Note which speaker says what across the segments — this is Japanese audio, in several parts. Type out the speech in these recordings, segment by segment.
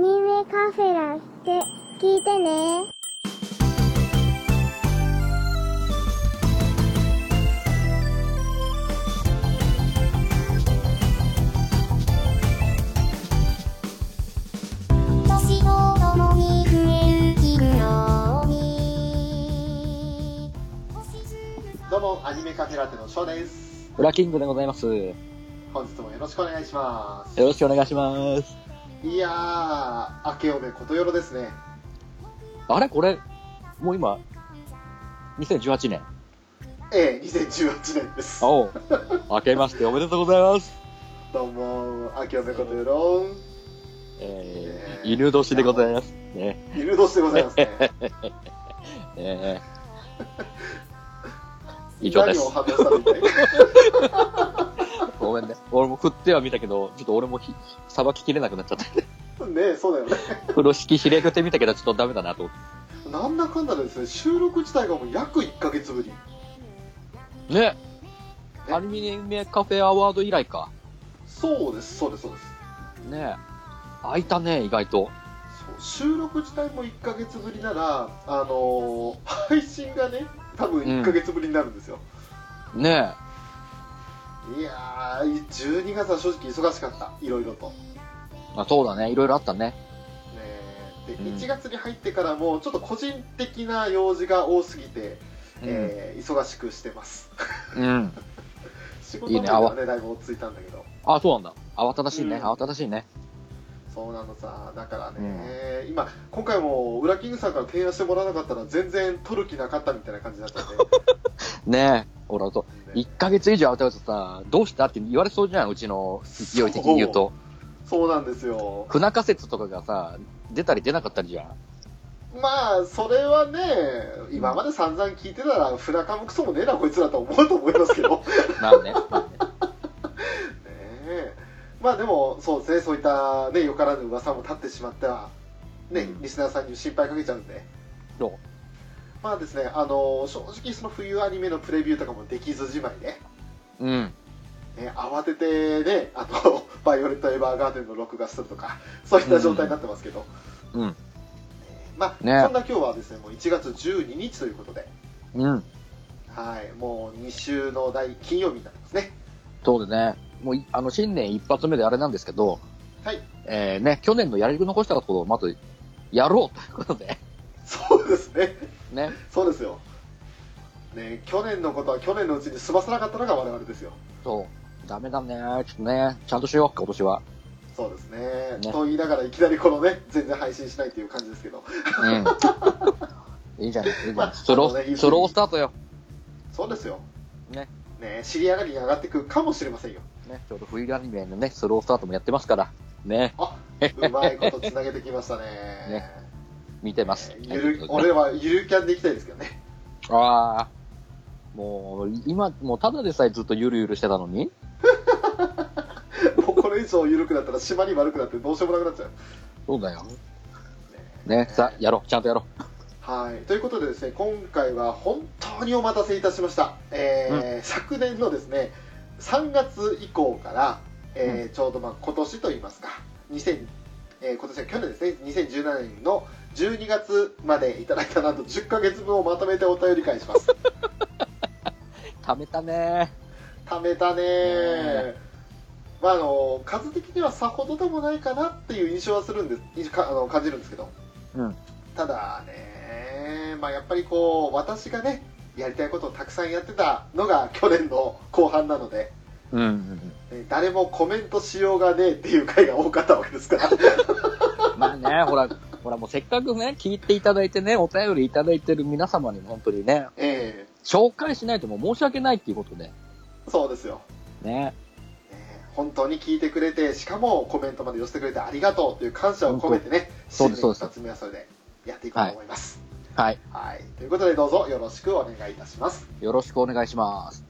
Speaker 1: カフェラって聞いてね。私と共に増える日のように。
Speaker 2: どうも、アニメカフェラテの翔です。
Speaker 3: 裏キングでございます。よ
Speaker 2: 本日もよろしくお願いします。
Speaker 3: ろしくお願いします。
Speaker 2: いやー、明けおめことよろですね。
Speaker 3: あれこれ、もう今、2018年。
Speaker 2: ええ、2018年です。
Speaker 3: お う。明けましておめでとうございます。
Speaker 2: どうも、明けおめことよろん。
Speaker 3: えー、犬年でございます。ね。
Speaker 2: 犬年でございますね。
Speaker 3: え ー、以上で
Speaker 2: 何を
Speaker 3: す。
Speaker 2: 発表したらいいんだい
Speaker 3: ごめんね。俺も振っては見たけど、ちょっと俺もひ、さばききれなくなっちゃった。
Speaker 2: ねえ、そうだよね。
Speaker 3: 風呂敷ひれくってみたけど、ちょっとダメだなと思っ
Speaker 2: なんだかんだでですね、収録自体がもう約1ヶ月ぶり。
Speaker 3: て。ね。アニメカフェアワード以来か。
Speaker 2: そうです、そうです、そうです。
Speaker 3: ね開いたね、意外と。
Speaker 2: そう収録自体も1ヶ月ぶりなら、あのー配信がね、多分1ヶ月ぶりになるんですよ。
Speaker 3: ね
Speaker 2: いやー、12月は正直忙しかった、いろいろと。ね
Speaker 3: あ、そうだね。いろいろあったね。
Speaker 2: で、
Speaker 3: うん
Speaker 2: 1月に入ってからも、ちょっと個人的な用事が多すぎて、えー忙しくしてます。
Speaker 3: うん。
Speaker 2: 仕事の方はね、だいぶ落ち着いたんだけど。
Speaker 3: あ、そうなんだ。慌ただしいね。
Speaker 2: うん
Speaker 3: 慌ただしいね。
Speaker 2: そうなのさ、だからね、今、今回も、ウラキングさんから提案してもらわなかったら、全然取る気なかったみたいな感じだったんで。
Speaker 3: ねえ。ほら、そう。
Speaker 2: ね
Speaker 3: 1ヶ月以上慌ただしいとさ、どうしたって言われそうじゃん、うちの勢い的に言うと。
Speaker 2: そうなんですよ。
Speaker 3: 不仲説とかがさ、出たり出なかったりじゃん。
Speaker 2: まあ、それはね、今まで散々聞いてたら、フラカもクソもねえな、こいつらと思うと思いますけど。
Speaker 3: まあね。
Speaker 2: ねえまあでもそうですねそういったねよからぬ噂も立ってしまったらね、
Speaker 3: うん
Speaker 2: リスナーさんに心配かけちゃうんで
Speaker 3: そう
Speaker 2: まあですねあの正直その冬アニメのプレビューとかもできずじまいね
Speaker 3: うん。
Speaker 2: ね慌ててねあと「 バイオレット・エヴァーガーデン」の録画するとか そういった状態になってますけど、
Speaker 3: うん。
Speaker 2: まあ、
Speaker 3: ね
Speaker 2: そんな今日はですねもう1月12日ということで
Speaker 3: うん。
Speaker 2: はいもう2週の第金曜日になりますね
Speaker 3: そうでね。もうい、あの、新年一発目であれなんですけど、
Speaker 2: はい
Speaker 3: えー、ね、去年のやり残したことをまず、やろうということで。
Speaker 2: そうですね
Speaker 3: ね。
Speaker 2: そうですよね去年のことは去年のうちに済ませなかったのが我々ですよ
Speaker 3: そう。ダメだね。ちょっとね、ちゃんとしよう、今年は。
Speaker 2: そうですね
Speaker 3: ね
Speaker 2: と言いながらいきなりこのね全然配信しないっていう感じですけど
Speaker 3: うん。いいじゃん、いいじゃん。スロ
Speaker 2: あのね
Speaker 3: ー、スロースタートよ。
Speaker 2: そうですよ
Speaker 3: ね
Speaker 2: ね知り上がりに上がってくるかもしれませんよ
Speaker 3: ね、ちょうど冬アニメのね、スロースタートもやってますから、ね、
Speaker 2: あうまいことつなげてきましたね
Speaker 3: ね見てます。
Speaker 2: ゆる
Speaker 3: はい
Speaker 2: 俺はゆるキャンでいきたいですけどね
Speaker 3: ああ、もう、今、もうただでさえずっとゆるゆるしてたのに、
Speaker 2: もうこれ以上ゆるくなったら締まり悪くなってどうしようもなくなっちゃう
Speaker 3: そうだよ。ね、さ、やろう、ちゃんとやろ
Speaker 2: はい、ということでですね今回は本当にお待たせいたしました、えー昨年のですね3月以降から、えーちょうどまあ今年といいますか2000、えー今年は去年ですね2017年の12月までいただいたなんと10ヶ月分をまとめてお便り返します
Speaker 3: う。貯めたね
Speaker 2: 貯めたねー
Speaker 3: ね
Speaker 2: まああの数的にはさほどでもないかなっていう印象はするんです印かあの感じるんですけど
Speaker 3: うん。
Speaker 2: ただね、まあ、やっぱりこう私がねやりたいことをたくさんやってたのが去年の後半なので
Speaker 3: うんうん
Speaker 2: えー誰もコメントしようがねえっていう回が多かったわけですから
Speaker 3: うん。まあね、ほら、ほらもうせっかくね、聞いていただいてね、お便りいただいてる皆様にも本当にね、
Speaker 2: え
Speaker 3: 紹介しないともう申し訳ないっていうことで、
Speaker 2: えそうですよ、
Speaker 3: ね。
Speaker 2: ね本当に聞いてくれてしかもコメントまで寄せてくれてありがとうという感謝を込めてね
Speaker 3: そうです
Speaker 2: 新年
Speaker 3: そう
Speaker 2: 一発目はそれでやっていこうと思います、
Speaker 3: はい。
Speaker 2: はい、ということでどうぞよろしくお願いいたします
Speaker 3: よろしくお願いします。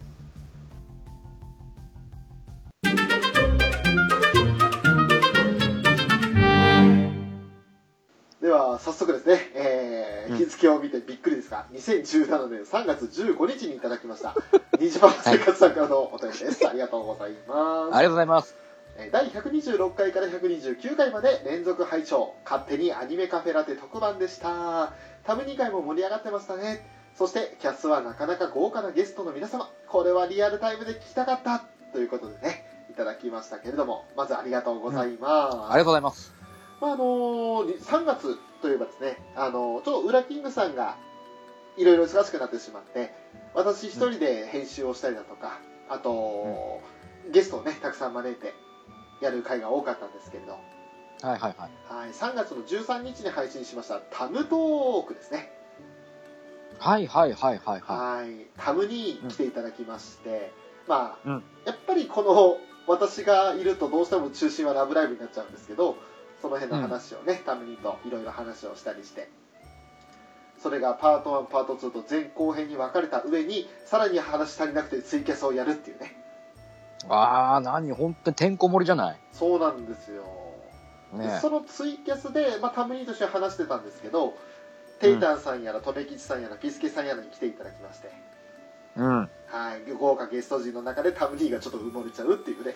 Speaker 2: では早速ですね、えー
Speaker 3: うん
Speaker 2: 日付を見てびっくりですが2017年3月15日にいただきました虹パパ生活さんからのお便りです、ありがとうございます
Speaker 3: ありがとうございます。
Speaker 2: えー第126回から129回まで連続拝聴勝手にアニメカフェラテ特番でしたため2回も盛り上がってましたねそしてキャスはなかなか豪華なゲストの皆様これはリアルタイムで聞きたかったということでねいただきましたけれどもまずありがとうございます、
Speaker 3: ありがとうございます。
Speaker 2: まああのー3月といえばですね、あのーちょっとウラキングさんがいろいろ忙しくなってしまって、私一人で編集をしたりだとか、あと、ゲストをね、たくさん招いてやる回が多かったんですけれど、は
Speaker 3: はいはいはい。
Speaker 2: い、3月の13日に配信しましたタムトークですね。
Speaker 3: はいはいはいはいは
Speaker 2: はい、タムに来ていただきまして、まあ、
Speaker 3: うん
Speaker 2: やっぱりこの私がいるとどうしても中心はラブライブになっちゃうんですけど、その辺の話をね、タムにといろいろ話をしたりして、それがパート1、パート2と前後編に分かれた上に、さらに話足りなくてツイキャスをやるっていうね。
Speaker 3: い。ああ、何本当にてんこ盛りじゃない。
Speaker 2: そうなんですよ。で
Speaker 3: ね
Speaker 2: そのツイキャスで、まあ、タムニーとして話してたんですけど、テイタンさんやら、とめきちさんやら、ピスケさんやらに来ていただきまして、
Speaker 3: うん。
Speaker 2: はい、豪華ゲスト陣の中でタムニーがちょっと埋もれちゃうっていうね、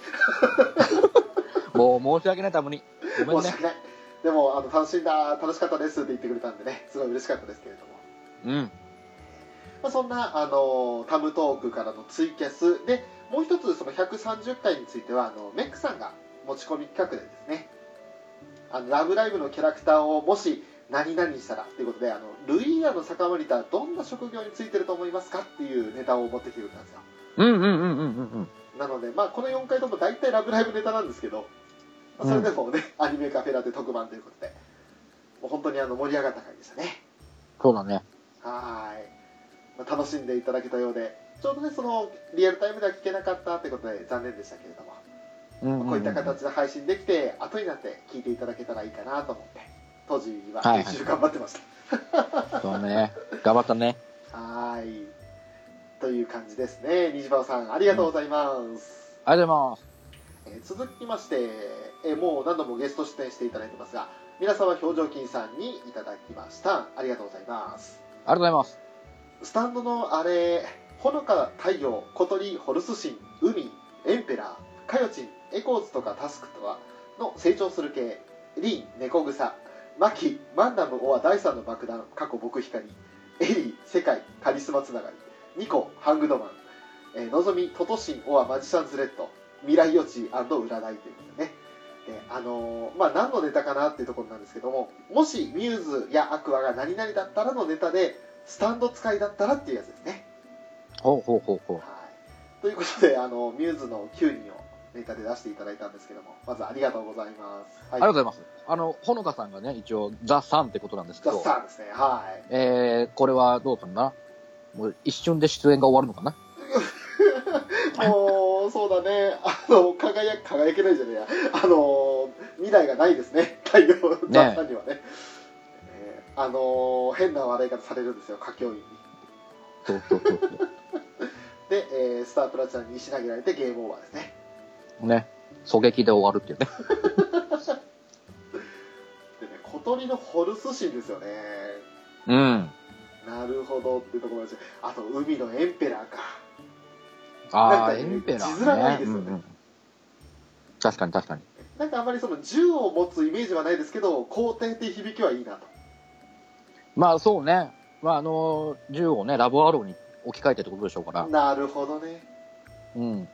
Speaker 3: もう申し訳ないために。ごめん
Speaker 2: 申し
Speaker 3: ね。
Speaker 2: 訳ない。でも、あの楽しんだ、楽しかったですって言ってくれたんでね、すごい嬉しかったですけれども。
Speaker 3: うん。
Speaker 2: まあ、そんな、あの、タムトークからのツイキャスで、もう一つ、その130回については、あの、メックさんが持ち込み企画でですね、あの、ラブライブのキャラクターをもし、何々したらということで、あの、ルイーアの坂森とはどんな職業についてると思いますかっていうネタを持ってきてくれたんですよ。
Speaker 3: うんうんうんうんうんうん。
Speaker 2: なので、まあ、この4回とも大体「ラブライブ!」ネタなんですけど、まあそれでもね、 アニメカフェラテ特番ということで、もう本当にあの盛り上がった回でしたね。
Speaker 3: そうだね。
Speaker 2: はーい、まあ楽しんでいただけたようで、ちょうどね、そのリアルタイムでは聞けなかったということで、残念でしたけれども、
Speaker 3: うん
Speaker 2: まあこういった形で配信できて、後になって聞いていただけたらいいかなと思って、当時は
Speaker 3: はいはい
Speaker 2: 編集頑張ってました。
Speaker 3: そうね。頑張ったね。
Speaker 2: はーいという感じですね、虹パオさん、ありがとうございます。
Speaker 3: ありがとうござい
Speaker 2: えー続きまして、えーもう何度もゲスト出演していただいてますが皆様表情筋さんにいただきましたありがとうございます
Speaker 3: ます。ありがとうございます。
Speaker 2: スタンドのあれほのか太陽小鳥ホルスシン海エンペラーかよちんエコーズとかタスクとかの成長する系リン猫草マキマンダムオア第3の爆弾過去僕光エリー世界カリスマつながりニコハングドマン、えーのぞみトトシンオアマジシャンズレッド未来予知占いということでねであのーまあ何のネタかなっていうところなんですけどももしミューズやアクアが何々だったらのネタでスタンド使いだったらっていうやつですね。
Speaker 3: ほうほうほうほ
Speaker 2: はい、ということで、あの、ミューズの9人をネタで出していただいたんですけども、まずありがとうございます。は
Speaker 3: う。あ
Speaker 2: い
Speaker 3: りがとうございます。あの、ほのかさんがね、一応、ザ・サンってことなんですけ
Speaker 2: ザ・
Speaker 3: ど、
Speaker 2: サンですね。はい。
Speaker 3: えー、これはどうかなもう一瞬で出演が終わるのかな
Speaker 2: もう、そうだね。あの、輝く、輝けないじゃねえや。あの、未来がないですね。太陽、ザ・サンにはね。えーあの、変な笑い方されるんですよ、歌教員に。
Speaker 3: そうそうそうそ
Speaker 2: で、えースタープラチナに石投げられてゲームオーバーですね。
Speaker 3: う。ね。狙撃で終わるっていうね。
Speaker 2: でね、小鳥のホルスシンですよね。
Speaker 3: うん。
Speaker 2: なるほどってところですあと海のエンペラーか
Speaker 3: あ
Speaker 2: な
Speaker 3: あ、
Speaker 2: んか
Speaker 3: エ
Speaker 2: ね
Speaker 3: ンペラ
Speaker 2: 字面がいい
Speaker 3: ーね。
Speaker 2: ですよね
Speaker 3: うんうん確かに確かに。
Speaker 2: なんかあまりその銃を持つイメージはないですけど肯定的響きはいいなと
Speaker 3: まあそうね。まああの、銃をね、ラブアローに置き換えてってことでしょうから。
Speaker 2: なるほどね
Speaker 3: うん。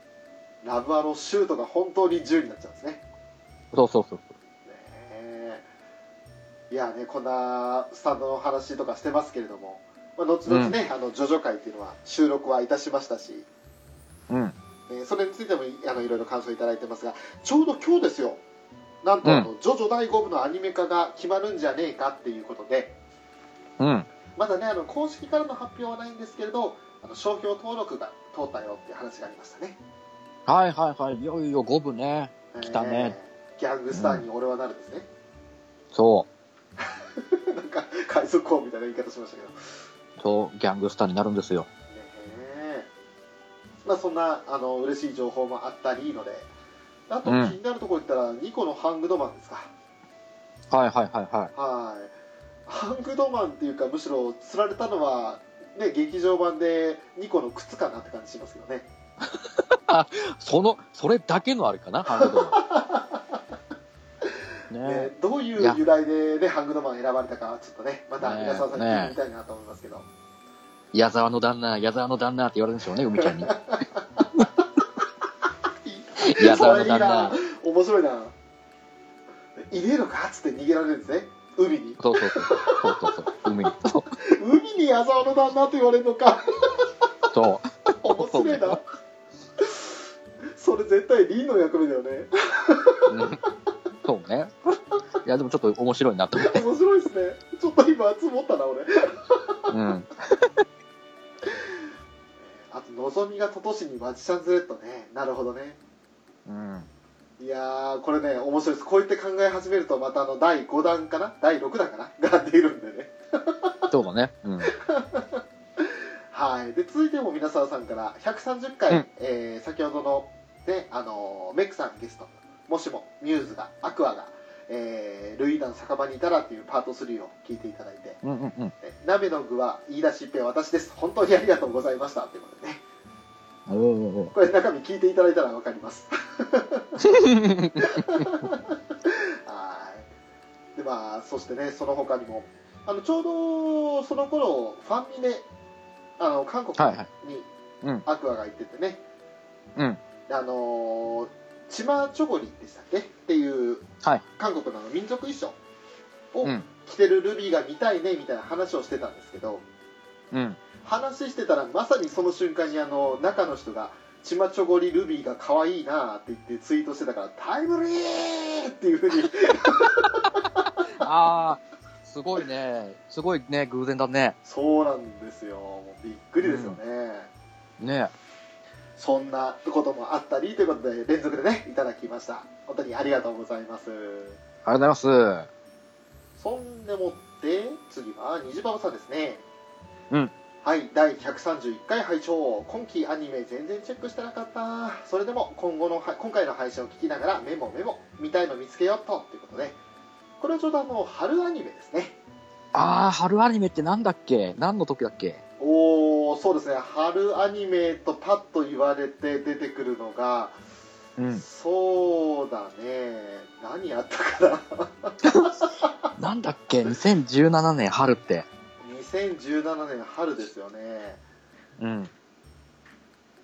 Speaker 2: ラブアロシュートが本当に銃になっちゃうんですねね
Speaker 3: そうそうそう。
Speaker 2: えいやねこんなスタンドの話とかしてますけれども、まあ、後々ね、あのジョジョ会っていうのは収録はいたしましたし、
Speaker 3: うん。
Speaker 2: えーそれについてもいあのいろいろ感想いただいてますがちょうど今日ですよなんとあの、ジョジョ第5部のアニメ化が決まるんじゃねえかっていうことで
Speaker 3: うん。
Speaker 2: まだね、あの公式からの発表はないんですけれど、あの商標登録が通ったよっていう話がありましたね。
Speaker 3: はいはいはい。いよいよ5部ね。来たね
Speaker 2: えー。ギャングスターに俺はなるですね。
Speaker 3: そ
Speaker 2: なんか、海賊王みたいな言い方しましたけど。ね
Speaker 3: う。そう、ギャングスターになるんですよ。
Speaker 2: えまあ、そんな、あの、嬉しい情報もあったりいいので、あと気
Speaker 3: うん
Speaker 2: になるところ言ったら、ニコのハングドマンですか。
Speaker 3: はいはいはいはい。
Speaker 2: はい。ハングドマンっていうか、むしろ釣られたのは、ね、劇場版でニコの靴かなって感じしますけどね。
Speaker 3: あその、それだけのあれかな、ハングドマン。ね
Speaker 2: ね、どういう由来で、ね、ハングドマン選ばれたか、ちょっとね、また
Speaker 3: ね
Speaker 2: 皆さんさんに聞いてみたいなと思いますけど、
Speaker 3: 矢沢の旦那、矢沢の旦那って言われるんでしょうね、海ちゃんに。 矢沢の旦那。
Speaker 2: 面白いな、いねえのかっつって逃げられるんですね、海に、
Speaker 3: そうそうそう。そうそうそう。海に。そう
Speaker 2: 海に矢沢の旦那と言われるのか、
Speaker 3: そ
Speaker 2: 面白いな、それ絶対、リンの役目だよね、
Speaker 3: う。うん そうね。いや、でもちょっと面白いなと思って。
Speaker 2: 面白いですね、ちょっと今、つぼったな、俺、
Speaker 3: うん。
Speaker 2: あと、のぞみがととしにマジシャンズレッドね、なるほどね。
Speaker 3: うん。
Speaker 2: いやー、これね、面白いです。こうやって考え始めると、またあの、第5弾かな第6弾かなが出るんでね。
Speaker 3: そうだね。うん。
Speaker 2: はい。で、続いても皆沢さんから、130回、
Speaker 3: うん
Speaker 2: えー先ほどの、ね、あのーメックさんゲスト、もしも、ミューズが、アクアが、えー、ルイーダの酒場にいたらっていうパート3を聞いていただいて、
Speaker 3: うんうんうん。
Speaker 2: え鍋の具は、言い出しっぺは私です。本当にありがとうございました。ということでね。
Speaker 3: おーお
Speaker 2: これ中身聞いていただいたらわかります。
Speaker 3: ーおー
Speaker 2: はい。で、まあ、そしてね、その他にも、あの、ちょうどその頃、ファンミで、あの、韓国
Speaker 3: はいはい。
Speaker 2: に
Speaker 3: うん
Speaker 2: アクアが行っててね、
Speaker 3: うん。
Speaker 2: あのー、チマチョゴリでしたっけっていう、
Speaker 3: はい
Speaker 2: 韓国のあの民族衣装を
Speaker 3: うん
Speaker 2: 着てるルビーが見たいね、みたいな話をしてたんですけど、
Speaker 3: うん。
Speaker 2: 話してたらまさにその瞬間にあの、中の人が、チマチョゴリルビーが可愛いなーって言ってツイートしてたから、タイムリーっていうふうに
Speaker 3: ああ、すごいね。すごいね、偶然だね。
Speaker 2: そうなんですよ。もうびっくりですよね。
Speaker 3: ね
Speaker 2: そんなこともあったりということで、連続でね、いただきました。本当にありがとうございます。
Speaker 3: ありがとうございます。
Speaker 2: そんでもって、次は、虹パパさんですね。
Speaker 3: うん。
Speaker 2: はい、第131回拝聴今期アニメ全然チェックしてなかった。それでも、今後のは、今回の配信を聞きながら、メモメモ、見たいの見つけようっと、ということで、これはちょうどあの、春アニメですね。
Speaker 3: ああ、春アニメってなんだっけ何の時だっけ
Speaker 2: おーそうですね春アニメとパッと言われて出てくるのが、
Speaker 3: うん。
Speaker 2: そうだね何あったかな
Speaker 3: なんだっけ ?2017 年春って。
Speaker 2: 2017年春ですよね
Speaker 3: うん。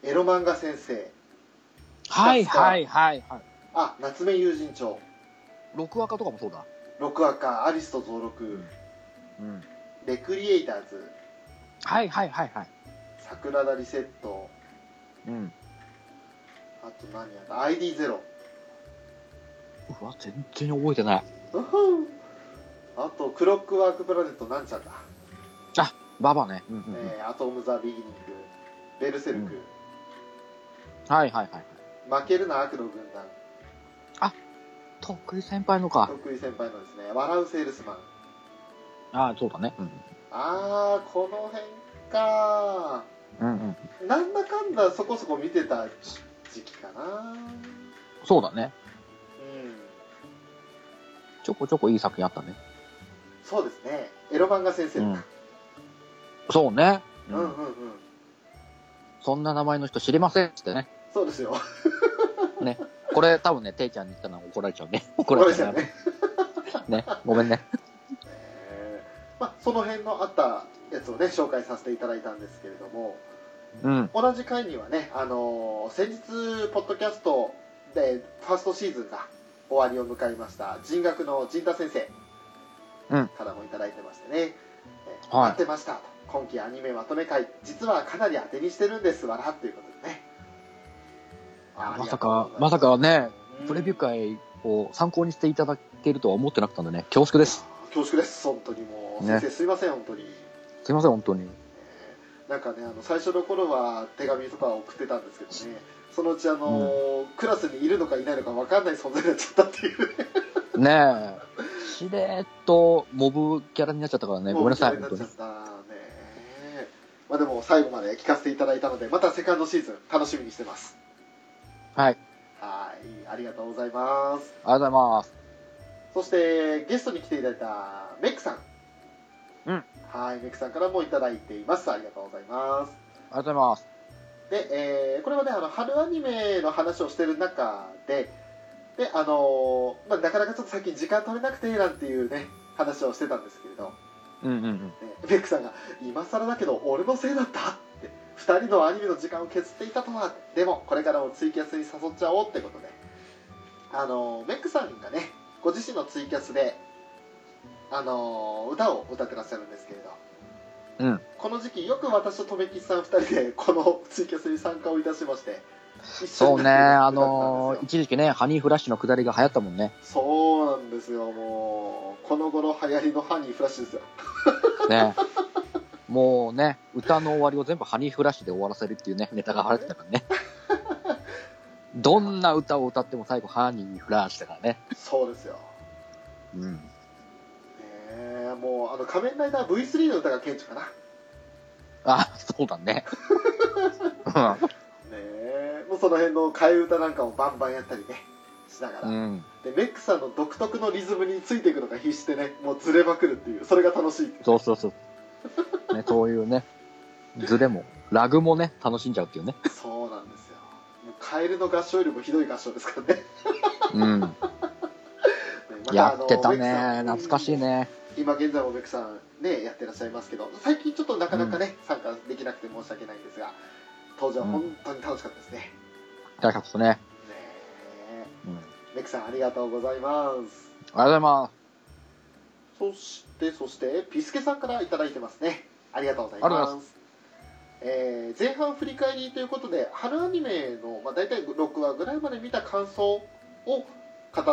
Speaker 2: エロ漫画先生
Speaker 3: はいはいはいはい。
Speaker 2: あ夏目友人帳
Speaker 3: 録画化とかもそうだ。
Speaker 2: 六アカアリスト増録
Speaker 3: うん。
Speaker 2: レクリエイターズ
Speaker 3: はいはいはいはい。
Speaker 2: 桜田リセット
Speaker 3: うん。
Speaker 2: あと何やった ID ゼロ
Speaker 3: うわ、全然覚えてない。
Speaker 2: うふんあとクロックワークプラネットなんちゃんだ、
Speaker 3: ババね。うんうんうん。
Speaker 2: えーアトム・ザ・ビギニングベルセルク、
Speaker 3: うんはいはいはい。
Speaker 2: 負けるな悪の軍団
Speaker 3: とっくり先輩のか。
Speaker 2: 徳井先輩のですね「笑うセールスマン
Speaker 3: ああ、そうだね。うん。」
Speaker 2: あーこの辺か
Speaker 3: うんうん。
Speaker 2: なんだかんだそこそこ見てた時期かな
Speaker 3: そうだね。
Speaker 2: うん
Speaker 3: ちょこちょこいい作品あったね。
Speaker 2: そうですねエロ漫画先生、
Speaker 3: う
Speaker 2: うんん、
Speaker 3: そうね。
Speaker 2: うんうんうん
Speaker 3: そんな名前の人知りませんっつってね。
Speaker 2: そうですよ
Speaker 3: これ多分ね、ていちゃんに言ったら怒られちゃ うね。怒
Speaker 2: こ
Speaker 3: ら
Speaker 2: れ
Speaker 3: れ
Speaker 2: でし
Speaker 3: ちゃ
Speaker 2: た
Speaker 3: うね。
Speaker 2: ね、
Speaker 3: ね。ごめんね。
Speaker 2: えーまあ、その辺のあったやつをね紹介させていただいたんですけれども
Speaker 3: うん。
Speaker 2: 同じ回にはね、あのー先日ポッドキャストでファーストシーズンが終わりを迎えました人学の陣田先生
Speaker 3: うん
Speaker 2: からもいただいてましてね、えー
Speaker 3: はい
Speaker 2: 待ってましたと今期アニメまとめ会実はかなり当てにしてるんですわらということでねあ
Speaker 3: まさ
Speaker 2: あ
Speaker 3: か
Speaker 2: り、がと
Speaker 3: まさ
Speaker 2: うご
Speaker 3: か
Speaker 2: ざい
Speaker 3: ね
Speaker 2: ま、す
Speaker 3: プレビ
Speaker 2: う
Speaker 3: ュー
Speaker 2: ん
Speaker 3: 会を参考にしていただけるとは思ってなかったんでね、恐縮です。
Speaker 2: 恐縮です本当にもう、
Speaker 3: ね
Speaker 2: 先生すいません本当に
Speaker 3: すいません、本当に。
Speaker 2: なんかねあの最初の頃は手紙とか送ってたんですけどねそのうちあの、クラスにいるのかいないのか分かんない存在になっちゃったっていうね
Speaker 3: ねえ、しれっとモブキャラになっちゃったからね、ごめんなさい、
Speaker 2: もう嫌
Speaker 3: 本当
Speaker 2: にな
Speaker 3: に
Speaker 2: っちゃ。ったねまあでも最後まで聞かせていただいたのでまたセカンドシーズン楽しみにしてます
Speaker 3: はい、
Speaker 2: はいありがとうございます
Speaker 3: ありがとうございます。
Speaker 2: そしてゲストに来ていただいたメックさん
Speaker 3: うん
Speaker 2: はいメックさんからもいただいていますありがとうございます
Speaker 3: ありがとうございます。
Speaker 2: で、えーこれはねあの春アニメの話をしてる中でで、あのーまあ、なかなかちょっと最近時間取れなくてなんていうね話をしてたんですけれど、
Speaker 3: うんうんうん。
Speaker 2: ねベックさんが「今更だけど俺のせいだった」って2人のアニメの時間を削っていたとはでもこれからもツイキャスに誘っちゃおうってことであのベックさんがねご自身のツイキャスであの歌を歌ってらっしゃるんですけれど
Speaker 3: うん。
Speaker 2: この時期よく私と留吉さん2人でこのツイキャスに参加をいたしまして
Speaker 3: そうね、あ
Speaker 2: ー
Speaker 3: のー一時期ね、ハニーフラッシュの下りが流行ったもんね。
Speaker 2: そうなんですよもうこの頃流行りのハニーフラッシュですよ
Speaker 3: ね。もうね、歌の終わりを全部ハニーフラッシュで終わらせるっていうね、ネタが流行ってたからね。どんな歌を歌っても最後、ハニーフラッシュだからね。
Speaker 2: そうですよ
Speaker 3: うん。
Speaker 2: ねえもうあの仮面ライダー V3 の歌が顕著かな、ね
Speaker 3: あ、そうだね。
Speaker 2: えもうその辺の替え歌なんかもバンバンやったりねしながら、
Speaker 3: うん。うん。
Speaker 2: でメックさんの独特のリズムについていくのが必死でねもうずれまくるっていうそれが楽しいっていう
Speaker 3: そうそうそう。ね、そういうね、ズレも、ラグもね、楽しんじゃうっていうね。
Speaker 2: そうなんですよもうカエルの合唱よりもひどい合唱ですからねね
Speaker 3: うん。
Speaker 2: ま
Speaker 3: や
Speaker 2: あの
Speaker 3: ってた
Speaker 2: メックさ
Speaker 3: ね。
Speaker 2: ん
Speaker 3: 懐かしいね。
Speaker 2: 今現在もメックさんねやってらっしゃいますけど最近ちょっとなかなかね、参加できなくて申し訳ないんですが当時は本当に楽しかったですね、ね
Speaker 3: 大作ね。
Speaker 2: え
Speaker 3: うん。あり
Speaker 2: メックさんありがとうございます
Speaker 3: がとうございます。
Speaker 2: そして、そして、ピスケさんからいただいてますね。ありがとうござい
Speaker 3: ありが
Speaker 2: ま
Speaker 3: とう
Speaker 2: す。えー前半振り返りということで、春アニメの、まあ、大体6話ぐらいまで見た感想を語った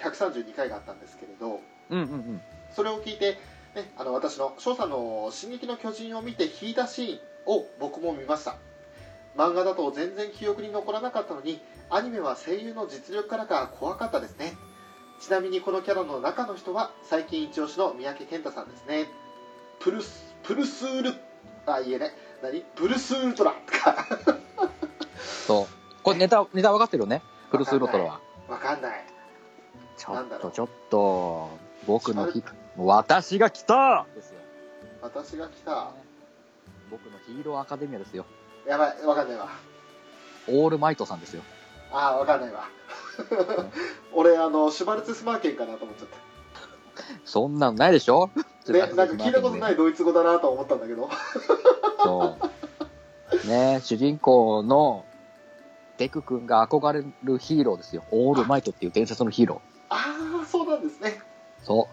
Speaker 2: 132回があったんですけれど、
Speaker 3: うんうんうん。
Speaker 2: それを聞いて、ね、あの私の翔さんの「進撃の巨人」を見て引いたシーンを僕も見ました漫画だと全然記憶に残らなかったのにアニメは声優の実力からか怖かったですねちなみにこのキャラの中の人は最近一押しの三宅健太さんですねプルスプルスウルあいいえね何プルスウルトラ とか
Speaker 3: そう。これネタ、ネタ分かってるよね。フルスロトルは。
Speaker 2: わかんない
Speaker 3: ちょ
Speaker 2: なん
Speaker 3: っ
Speaker 2: だろ
Speaker 3: と
Speaker 2: う
Speaker 3: ちょっと、僕のヒ私が来たですよ。
Speaker 2: 私が来た
Speaker 3: 僕のヒーローアカデミアですよ。
Speaker 2: やばいわかんないわ
Speaker 3: オールマイトさんですよ。
Speaker 2: あーわかんないわ 俺あのシュバルツスマーケンかなと思っちゃった
Speaker 3: そんなのないでしょ。
Speaker 2: ね、なんか聞いたことないいドイツ語だなと思ったんだけど、
Speaker 3: そう。ね主人公のデク君が憧れるヒーローですよ。オールマイトっていう伝説のヒーロ
Speaker 2: ああ、そうなんですね。
Speaker 3: ー。そ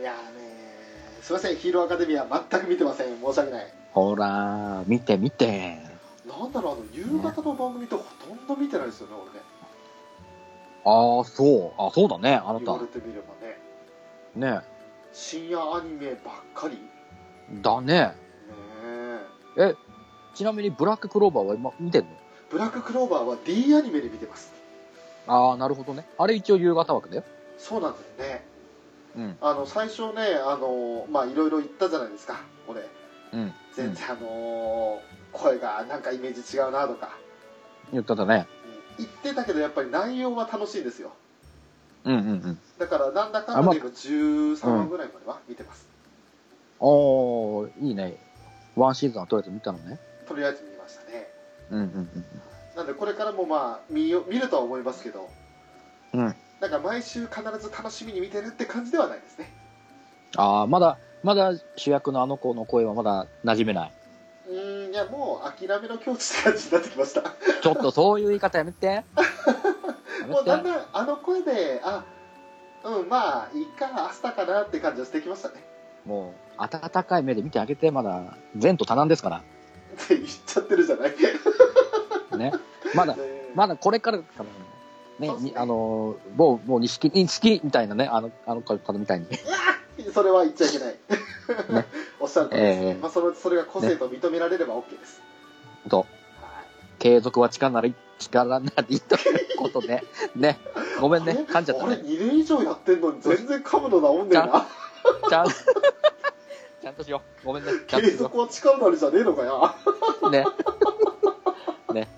Speaker 2: いやーねー、すいません、ヒーローアカデミア全く見てません、申し訳ない。
Speaker 3: う。ほら、見て見て。
Speaker 2: なんだろう、あの夕方の番組ってほとんど見てないですよね、俺ね。
Speaker 3: ああ、そう。あそうだね、あな
Speaker 2: 言わ
Speaker 3: た
Speaker 2: れ。てみればね、
Speaker 3: ね
Speaker 2: 深夜アニメばっかり。ね
Speaker 3: だね。
Speaker 2: え
Speaker 3: え、ちなみにブラッククローバーは今見てんの
Speaker 2: ブラッククローバーは D アニメで見てます。
Speaker 3: ああ、なるほどね。あれ一応夕方枠だよ。
Speaker 2: そうなんだよね。
Speaker 3: うん。
Speaker 2: あの最初ね、あのまあいろいろ言ったじゃないですか、俺。
Speaker 3: うん。
Speaker 2: 全然、あのー声がなんかイメージ違うなとか。
Speaker 3: 言っただね。
Speaker 2: 言ってたけどやっぱり内容は楽しいんですよ
Speaker 3: うんうんうん。
Speaker 2: だからなんだかんだで今13話ぐらいまでは見てます、
Speaker 3: おー、いいね。ワンシーズンはとりあえず見たのね。
Speaker 2: とりあえず見ましたね
Speaker 3: うんうん
Speaker 2: なんでこれからもまあ見よ見るとは思いますけど
Speaker 3: うん。うん。
Speaker 2: なんか毎週必ず楽しみに見てるって感じではないですね
Speaker 3: ああ、まだ、まだ主役のあの子の声はまだ馴染めない。
Speaker 2: うーんいやもう諦めの境地って感じになってきました
Speaker 3: ちょっとそういう言い方や めて。や
Speaker 2: もうだん
Speaker 3: めて。
Speaker 2: だんあの声であうんまあいいか明日かなって感じはしてきましたね
Speaker 3: もう、温かい目で見てあげて、まだ、前途多難ですか
Speaker 2: って言っちゃってるじゃないね
Speaker 3: ら。ね。まだ、まだこれからですからね。ね
Speaker 2: そうっすね
Speaker 3: にあのー、もう、もう、錦、錦みたいなね、あの、あの方みたいに。
Speaker 2: それは言っちゃいけない
Speaker 3: ね
Speaker 2: おっしゃるとりです、
Speaker 3: ええ
Speaker 2: まあ、そのそれが個性と認められれば OK です、
Speaker 3: と、
Speaker 2: はい
Speaker 3: 継続は力なり、力なりということで、ね。ごめんね、噛んじゃった
Speaker 2: あれ
Speaker 3: ね。
Speaker 2: 2年以上やってんのに全然噛むの治んねえな
Speaker 3: ちゃん、ちゃんとしよう。ごめんね、ちゃんと
Speaker 2: 継
Speaker 3: しよ
Speaker 2: 続は力なりじゃねえのかよ
Speaker 3: う。ね。ね。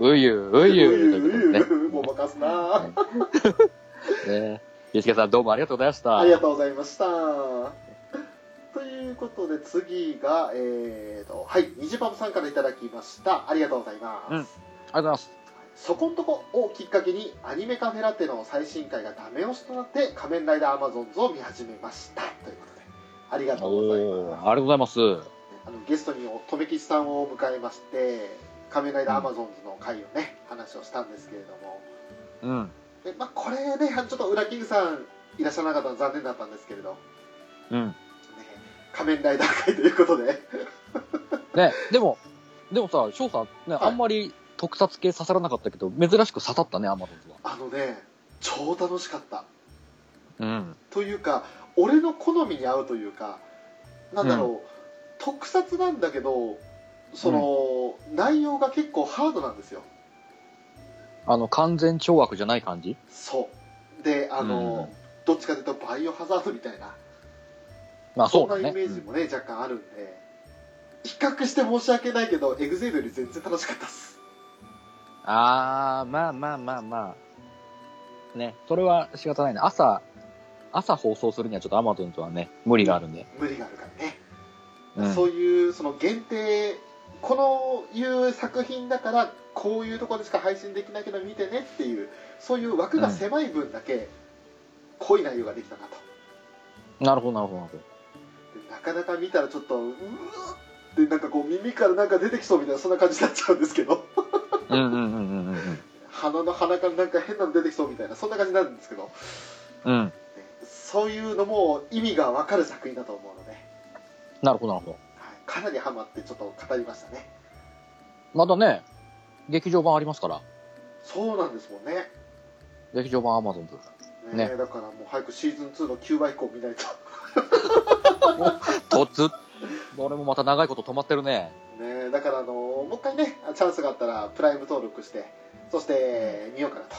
Speaker 3: うゆう、う
Speaker 2: う
Speaker 3: ゆう、ということでね。
Speaker 2: うもう任すな
Speaker 3: ね。ゆうすけさん、どうもありがとうございました。
Speaker 2: ありがとうございましたといいうことで次が、えーとはい、虹パパさんからいただきましたありがとうございます、
Speaker 3: うんありがとうございます。
Speaker 2: そこんとこをきっかけにアニメカフェラテの最新回がダメ押しとなって仮面ライダーアマゾンズを見始めましたということでありがとうございます
Speaker 3: ありがとうございます。
Speaker 2: あのゲストに留吉さんを迎えまして「仮面ライダーアマゾンズ」の回をね話をしたんですけれども
Speaker 3: うん。
Speaker 2: で、まあ、これねちょっと裏キングさんいらっしゃらなかったの残念だったんですけれど、ね、
Speaker 3: うん。
Speaker 2: 仮面ライダー会ということで
Speaker 3: ね、でも、でもさ、翔さん、ね、
Speaker 2: はい
Speaker 3: あんまり特撮系刺さらなかったけど、珍しく刺さったね、アマゾンズは。
Speaker 2: あのね超楽しかった
Speaker 3: うん。
Speaker 2: というか俺の好みに合うというかなんだろう、特撮なんだけどその、内容が結構ハードなんですよ
Speaker 3: あの、完全懲悪じゃない感じ
Speaker 2: そうであの、どっちかというとバイオハザードみたいな
Speaker 3: まあそう
Speaker 2: そ
Speaker 3: だ
Speaker 2: んな
Speaker 3: ね
Speaker 2: イ。メージもね、若干あるんで比較して申し訳ないけどエグゼイドより全然楽しかったっす
Speaker 3: あー、まあまあまあまあ。ね、それは仕方ないね。朝、朝放送するにはちょっとアマゾンズはね、無理があるんで。
Speaker 2: 無理があるからね、
Speaker 3: うん。
Speaker 2: そういうその限定このいう作品だからこういうところでしか配信できないけど見てねっていうそういう枠が狭い分だけ濃い内容ができたなと
Speaker 3: なるほど、なるほど、なるほど。
Speaker 2: でなかなか見たらちょっとうーってなんかこう耳からなんか出てきそうみたいなそんな感じになっちゃうんですけど
Speaker 3: うんうんうんうんうん
Speaker 2: 鼻の鼻からなんか変なの出てきそうみたいなそんな感じになるんですけど
Speaker 3: うん。うん。
Speaker 2: ねそういうのも意味がわかる作品だと思うので、はい
Speaker 3: なるほど、なるほど。
Speaker 2: かなりハマってちょっと語りましたね
Speaker 3: まだね、劇場版ありますから。
Speaker 2: そうなんですもんね
Speaker 3: 劇場版アマゾンズ。
Speaker 2: ね
Speaker 3: ね
Speaker 2: だからもう早くシーズン2の9倍以降見ないと
Speaker 3: 突俺もまた長いこと止まってるね。
Speaker 2: ねだからあのもう一回ねチャンスがあったらプライム登録してそして見ようかなと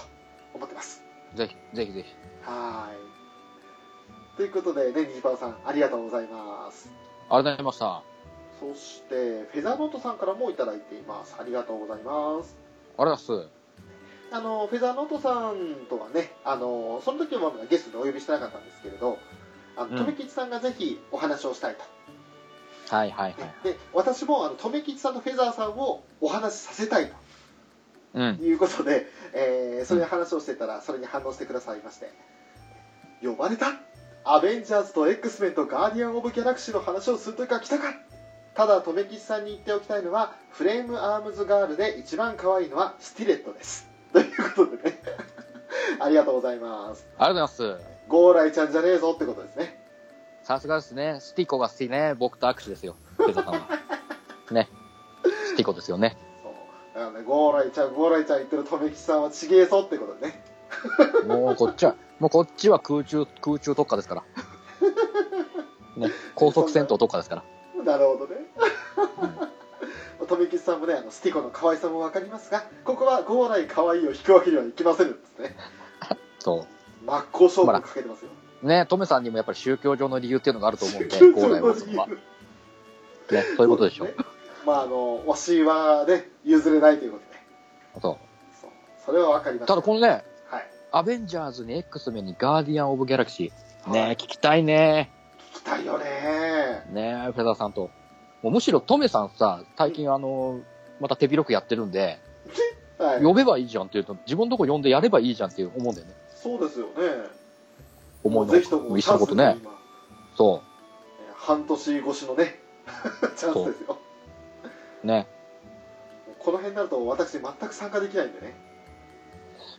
Speaker 2: 思ってます
Speaker 3: ぜひ、ぜひぜひ。
Speaker 2: はーいということでねニジパオさんありがとうございます
Speaker 3: ありがとうございました。
Speaker 2: そしてフェザーノートさんからもいただいていますありがとうございます
Speaker 3: ありがとうございます。
Speaker 2: あのフェザーノートさんとはねあのその時はまだゲストでお呼びしてなかったんですけれどあの
Speaker 3: うん
Speaker 2: 留吉さんがぜひお話をしたいと、
Speaker 3: はいはいは
Speaker 2: ね
Speaker 3: い。
Speaker 2: で私もあの留吉さんとフェザーさんをお話しさせたい
Speaker 3: うん
Speaker 2: と。いうことで、えーそれで話をしてたらそれに反応してくださいまして呼ばれたアベンジャーズと X メンとガーディアン・オブ・ギャラクシーの話をするときは来たかただ留吉さんに言っておきたいのはフレームアームズガールで一番可愛いのはスティレットですということでね ありがとうございます
Speaker 3: ありがとうございます。
Speaker 2: ゴーライちゃんじゃねえぞってことですね
Speaker 3: さすがですね。スティコが好きね。僕と握手ですよ。ペザさんは。ね。スティコですよね。
Speaker 2: そうだからねゴーライちゃんゴーライちゃん言ってる留吉さんはちげえぞってことでね
Speaker 3: もうこっちは、もうこっちは空中、空中特化ですから。 ね。高速戦闘特化ですから。
Speaker 2: なるほどね。 富吉さんもね、あのスティコの可愛さもわかりますが、ここはゴーライ可愛いを引くわけにはいきませんですね。
Speaker 3: そ
Speaker 2: 真っ向勝負をかけてますよ。
Speaker 3: う。ね。トメさんにもやっぱり宗教上の理由っていうのがあると思うんで、
Speaker 2: 宗
Speaker 3: 高
Speaker 2: 教
Speaker 3: 麗
Speaker 2: の
Speaker 3: は
Speaker 2: 理
Speaker 3: そ
Speaker 2: 由
Speaker 3: こは。ね。そういうことでしょ
Speaker 2: そ。うすねまああのわしはね譲れないということで、
Speaker 3: そ
Speaker 2: そうそれはわかりま
Speaker 3: う。
Speaker 2: す。
Speaker 3: ただこのね、
Speaker 2: はい。
Speaker 3: アベンジャーズに X メンにガーディアン・オブ・ギャラクシー。
Speaker 2: は
Speaker 3: ね
Speaker 2: い
Speaker 3: 聞きたいね。
Speaker 2: 聞きたいよね。
Speaker 3: ねフェザーさんと。もうむしろトメさんさ、最近あの、また手広くやってるんで、
Speaker 2: はい。
Speaker 3: 呼べばいいじゃんっていうと、自分のとこ呼んでやればいいじゃんっていう思うんだよね。
Speaker 2: そうですよね。
Speaker 3: 思う
Speaker 2: ぜひと
Speaker 3: の。
Speaker 2: も
Speaker 3: 一緒のことね。
Speaker 2: 今
Speaker 3: そ
Speaker 2: えー半年越しのね チャンスですよ。
Speaker 3: う。ね。
Speaker 2: この辺になると私全く参加できないんでね。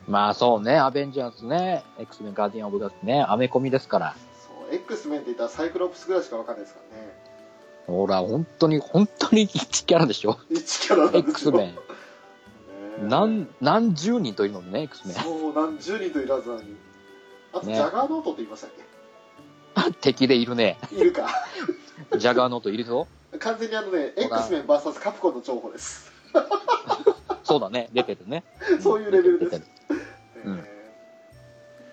Speaker 3: まあそうね、アベンジャーズね、X メン、ガーディアン・オブ・ギャラクシーね、アメコミですから。
Speaker 2: そう X メンって言ったらサイクロプスぐらいしかわかんないですからね
Speaker 3: ほら、本当に、本当に一キャラでし ょ。
Speaker 2: 1キャラなんです
Speaker 3: X
Speaker 2: よ
Speaker 3: メン。何
Speaker 2: ね、
Speaker 3: 何十人といるのにね、X メン。
Speaker 2: そう何十人といるはずなのにあと、
Speaker 3: ね
Speaker 2: ジャガーノートって言いましたっ
Speaker 3: 敵でいるね。
Speaker 2: けいる か
Speaker 3: ジャガーノートいるぞ。
Speaker 2: 完全にあのね
Speaker 3: そうだ
Speaker 2: X メン VS カプコンの情報です、
Speaker 3: そうだね、出てるね。
Speaker 2: そういうレベルです
Speaker 3: 出てるうん
Speaker 2: ね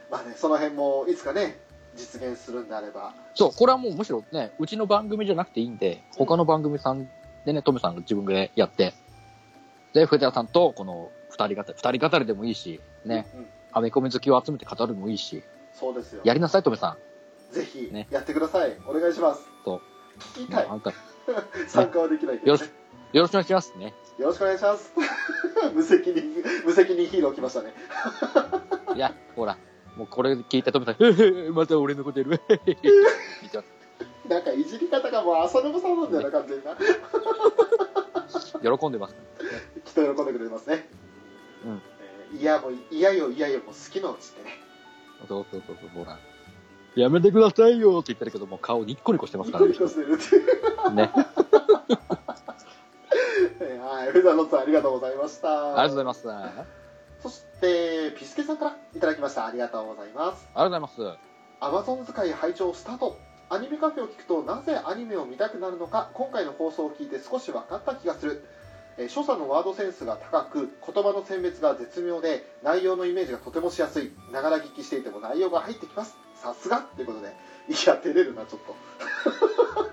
Speaker 2: まあねその辺もいつかね実現するんであれば
Speaker 3: そう、これはもうむしろね、うちの番組じゃなくていいんで、他の番組さんでね、トメさんが自分でやって、で、藤田さんとこの二人語り、二人語りでもいいし、ね、、
Speaker 2: うん、
Speaker 3: アメコミ好きを集めて語るのもいいし、
Speaker 2: そうですよ
Speaker 3: やりなさい、トメさん。
Speaker 2: ぜひ
Speaker 3: ね
Speaker 2: やってください、お願いします
Speaker 3: そうなんか、よ
Speaker 2: 参加はできないけど、ね、
Speaker 3: ろしくお願いしますね。
Speaker 2: よろしくお願いします 無責任無責任ヒーロー来ましたね
Speaker 3: いや、ほら、もうこれ聞いた富田さん、へ へへまた俺のことやる、へへへ見てま
Speaker 2: なんかいじり方がもう浅沼さんなんだよな完全な
Speaker 3: す喜んでます。
Speaker 2: きっと喜んでくれますね、
Speaker 3: うん
Speaker 2: えーいやもういやよいやよもう好きのうちってね
Speaker 3: そうそうそうそう、ほら。やめてくださいよって言ってるけど、もう顔ニッコニコしてます
Speaker 2: ニ
Speaker 3: から
Speaker 2: コ
Speaker 3: ね
Speaker 2: ニ。コしてるっていう、
Speaker 3: ね。
Speaker 2: えーはいフェザーノッツさんありがとうございました
Speaker 3: ありがとうございます。あ
Speaker 2: そしてピスケさんからいただきましたありがとうございます
Speaker 3: りがとうございます。
Speaker 2: アマゾン使い拝聴スタートアニメカフェを聞くとなぜアニメを見たくなるのか今回の放送を聞いて少し分かった気がするえー所作のワードセンスが高く言葉の選別が絶妙で内容のイメージがとてもしやすいながら聞きしていても内容が入ってきますさすがということでいや照れるなちょっと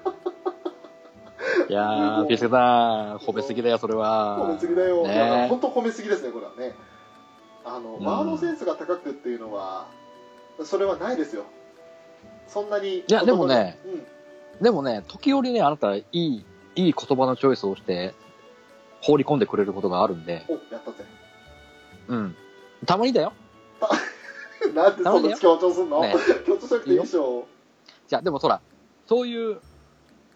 Speaker 3: いやー、ピスケさん、褒めすぎだよ、それは。
Speaker 2: 褒めすぎだよ、
Speaker 3: ね
Speaker 2: なんか本当褒めすぎですねこれはねあの、
Speaker 3: うん
Speaker 2: ワードセンスが高くっていうのはそれはないですよそんなにい
Speaker 3: やでもね、
Speaker 2: 言葉の
Speaker 3: でもね、時折ね、あなた、いい、いい言葉のチョイスをして、放り込んでくれることがあるんで、
Speaker 2: うん、おやったぜ
Speaker 3: うん。たまにだよ。
Speaker 2: なんでそんな強調すんの、
Speaker 3: ね。
Speaker 2: 強調しなくていいでしょ
Speaker 3: じゃあ、でもほら、そういう、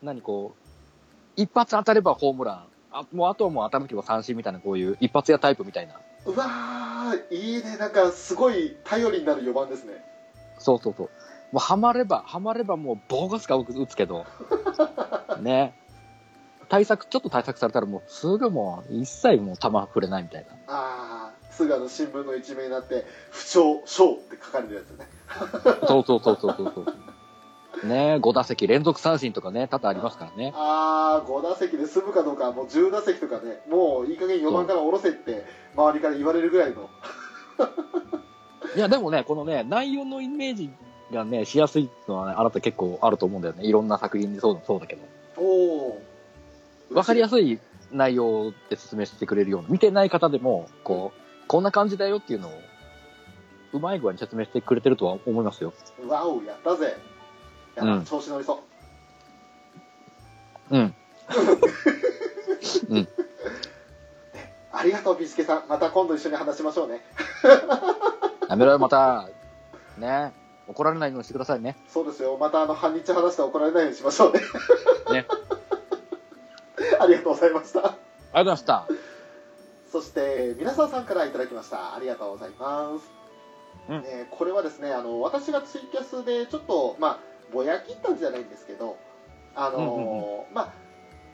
Speaker 3: 何こう、一発当たればホームラン、あもうあとはもう当たらなければ三振みたいな、こういう一発屋タイプみたいな。
Speaker 2: うわーいいねなんかすごい頼りになる4番ですね
Speaker 3: そうそうそう。もうハマれば、ハマればもう棒がすか打つけど、ね。対策、ちょっと対策されたらもうすぐもう一切もう球触れないみたいな。
Speaker 2: ああすぐあの新聞の一面になって「不調賞」って書かれてるやつね
Speaker 3: そうそうそうそうそうそう。ね5打席連続三振とかね、多々ありますからね。
Speaker 2: ああ5打席で済むかどうかもう10打席とかねもういい加減4番から下ろせって周りから言われるぐらいの
Speaker 3: いや、でもね、このね、内容のイメージがね、しやすいのはね、あなた結構あると思うんだよね。いろんな作品にそうそうだけど。
Speaker 2: おお
Speaker 3: わかりや
Speaker 2: す
Speaker 3: すい内容で説明してくれるような、見てない方でも、こう、こんな感じだよっていうのを、うまい具合に説明してくれてるとは思いますよ。
Speaker 2: いわおやったぜやば
Speaker 3: うん
Speaker 2: 調子乗りそう
Speaker 3: うん。
Speaker 2: ありがとうビスケさんまた今度一緒に話しましょうね
Speaker 3: やめろよ、また。ね。怒られないようにしてくださいね。
Speaker 2: そうですよまたあの半日話して怒られないようにしましょうね
Speaker 3: ね
Speaker 2: ありがとうございました
Speaker 3: ありがとうございまし
Speaker 2: そして皆さんさんからいただきましたありがとうございます、
Speaker 3: うん
Speaker 2: えーこれはですねあの私がツイキャスでちょっとまあぼやきったんじゃないんですけどあのー
Speaker 3: うん
Speaker 2: まあ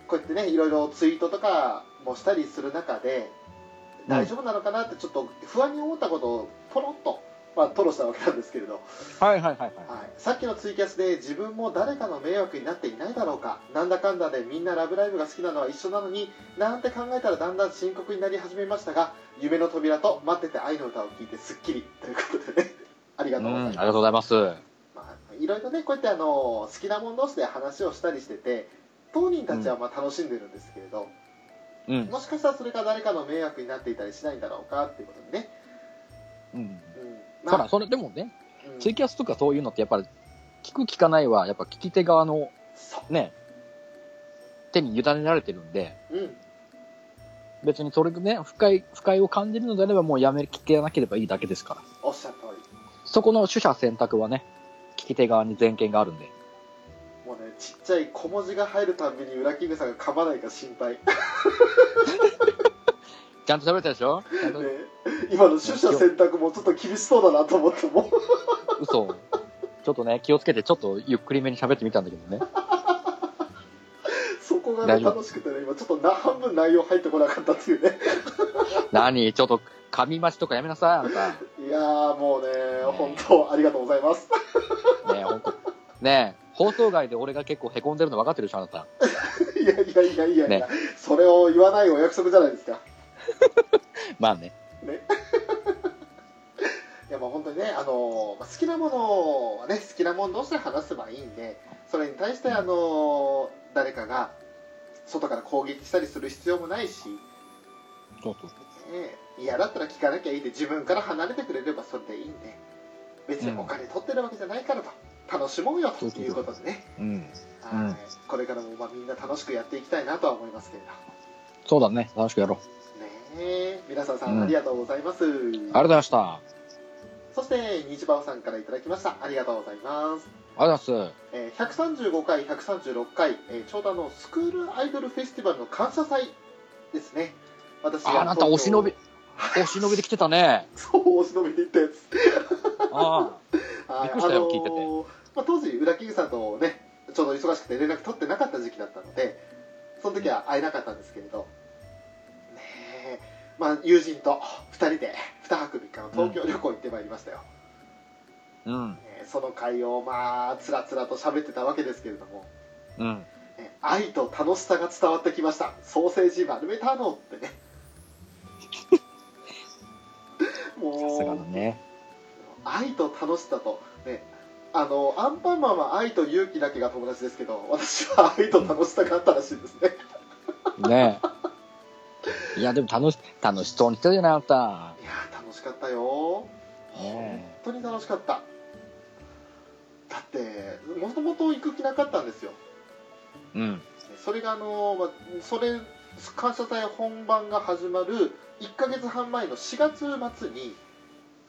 Speaker 2: こうやってねいろいろツイートとかもしたりする中で
Speaker 3: うん
Speaker 2: 大丈夫なのかなってちょっと不安に思ったことをポロッと、まあ、吐露したわけなんですけれど
Speaker 3: た。はいはいはいは
Speaker 2: はい、さっきのツイキャスで自分も誰かの迷惑になっていないだろうかなんだかんだでみんな「ラブライブ!」が好きなのは一緒なのになんて考えたらだんだん深刻になり始めましたが「夢の扉」と「待ってて愛の歌」を聴いてすっきりということでね ありが
Speaker 3: い。う
Speaker 2: とうご
Speaker 3: ん、あ
Speaker 2: ざい
Speaker 3: り
Speaker 2: ます、
Speaker 3: がとうございます。
Speaker 2: まあ、いろいろねこうやってあの好きな者同士で話をしたりしてて当人たちはまあ楽しんでるんですけれど、
Speaker 3: うん。
Speaker 2: もしかしたらそれが誰かの迷惑になっていたりしないんだろうかっていうことでね、
Speaker 3: うん。
Speaker 2: うん
Speaker 3: ほら、それ、でもね、
Speaker 2: うん
Speaker 3: ツイキャスとかそういうのってやっぱり聞く聞かないはやっぱ聞き手側の
Speaker 2: そ
Speaker 3: ね手に委ねられてるんで
Speaker 2: ううん
Speaker 3: 別にそれでね不快不快を感じるのであればもうやめ聞けなければいいだけですから
Speaker 2: おっしゃる通り
Speaker 3: そこの取捨選択はね聞き手側に全権があるんで
Speaker 2: もうね、ちっちゃい小文字が入るたんびに裏キングさんが噛まないか心配、ね、
Speaker 3: ちゃんと喋れたでしょちゃんと
Speaker 2: 今の取捨選択もちょっと厳しそうだなと思って も
Speaker 3: 嘘ちょっとね気をつけてちょっとゆっくりめに喋ってみたんだけどね
Speaker 2: そこがね
Speaker 3: 大丈夫
Speaker 2: 楽しくてね今ちょっとな半分内容入ってこなかったっていうね
Speaker 3: 何ちょっと噛み待ちとかやめなさいあんた
Speaker 2: いやーもうね本当ありがとうございます
Speaker 3: ねえほんとねえ放送外で俺が結構へこんでるの分かってるでしょあなた
Speaker 2: いやいやいやいやいや、
Speaker 3: ね
Speaker 2: それを言わないお約束じゃないですか
Speaker 3: まあね
Speaker 2: いやもう本当にね、あのまあ好きなものはね好きなもの同士で話せばいいんでそれに対して、あの誰かが外から攻撃したりする必要もないし
Speaker 3: そうそう
Speaker 2: ね嫌だったら聞かなきゃいいで自分から離れてくれればそれでいいんで別にお金取ってるわけじゃないからと、楽しもうよということでね、
Speaker 3: うん。
Speaker 2: はいこれからもまあみんな楽しくやっていきたいなとは思いますけれど。
Speaker 3: そうだね。楽しくやろう。
Speaker 2: ねえ皆さんさ
Speaker 3: うん
Speaker 2: んありがとうございます、
Speaker 3: ありがとうございました。あ
Speaker 2: そして日馬さんからいただきましたありがとうございます、
Speaker 3: りがとうございます。
Speaker 2: えー135回136回、えーちょうどあのスクールアイドルフェスティバルの感謝祭ですね私
Speaker 3: あ、あなたお忍び、お忍びで来てた ね。
Speaker 2: そうお忍びで行ったやつ
Speaker 3: あ
Speaker 2: は
Speaker 3: びっくりしたよ聞いてて
Speaker 2: まあ、当時裏切りさんとねちょうど忙しくて連絡取ってなかった時期だったのでその時は会えなかったんですけれどねえまあ友人と2人で2泊3日の東京旅行行ってまいりましたよ、
Speaker 3: あ。うん。
Speaker 2: えーその会をまあつらつらと喋ってたわけですけれども、
Speaker 3: うん。
Speaker 2: えー愛と楽しさが伝わってきましたソーセージ丸めたの ってね
Speaker 3: さすが
Speaker 2: も
Speaker 3: だ
Speaker 2: う
Speaker 3: ね。
Speaker 2: 愛と楽しさとねあのアンパンマンは愛と勇気だけが友達ですけど私は愛と楽しさがあったらしいですね
Speaker 3: ねえ。いや、でも楽し、楽しそうにしてたじゃない、あなた。
Speaker 2: いやー楽しかったよ本
Speaker 3: ね
Speaker 2: 当に楽しかっただってもともと行く気なかったんですよ
Speaker 3: え。うん。
Speaker 2: それがあの、まあ、それ感謝祭本番が始まる1ヶ月半前の4月末に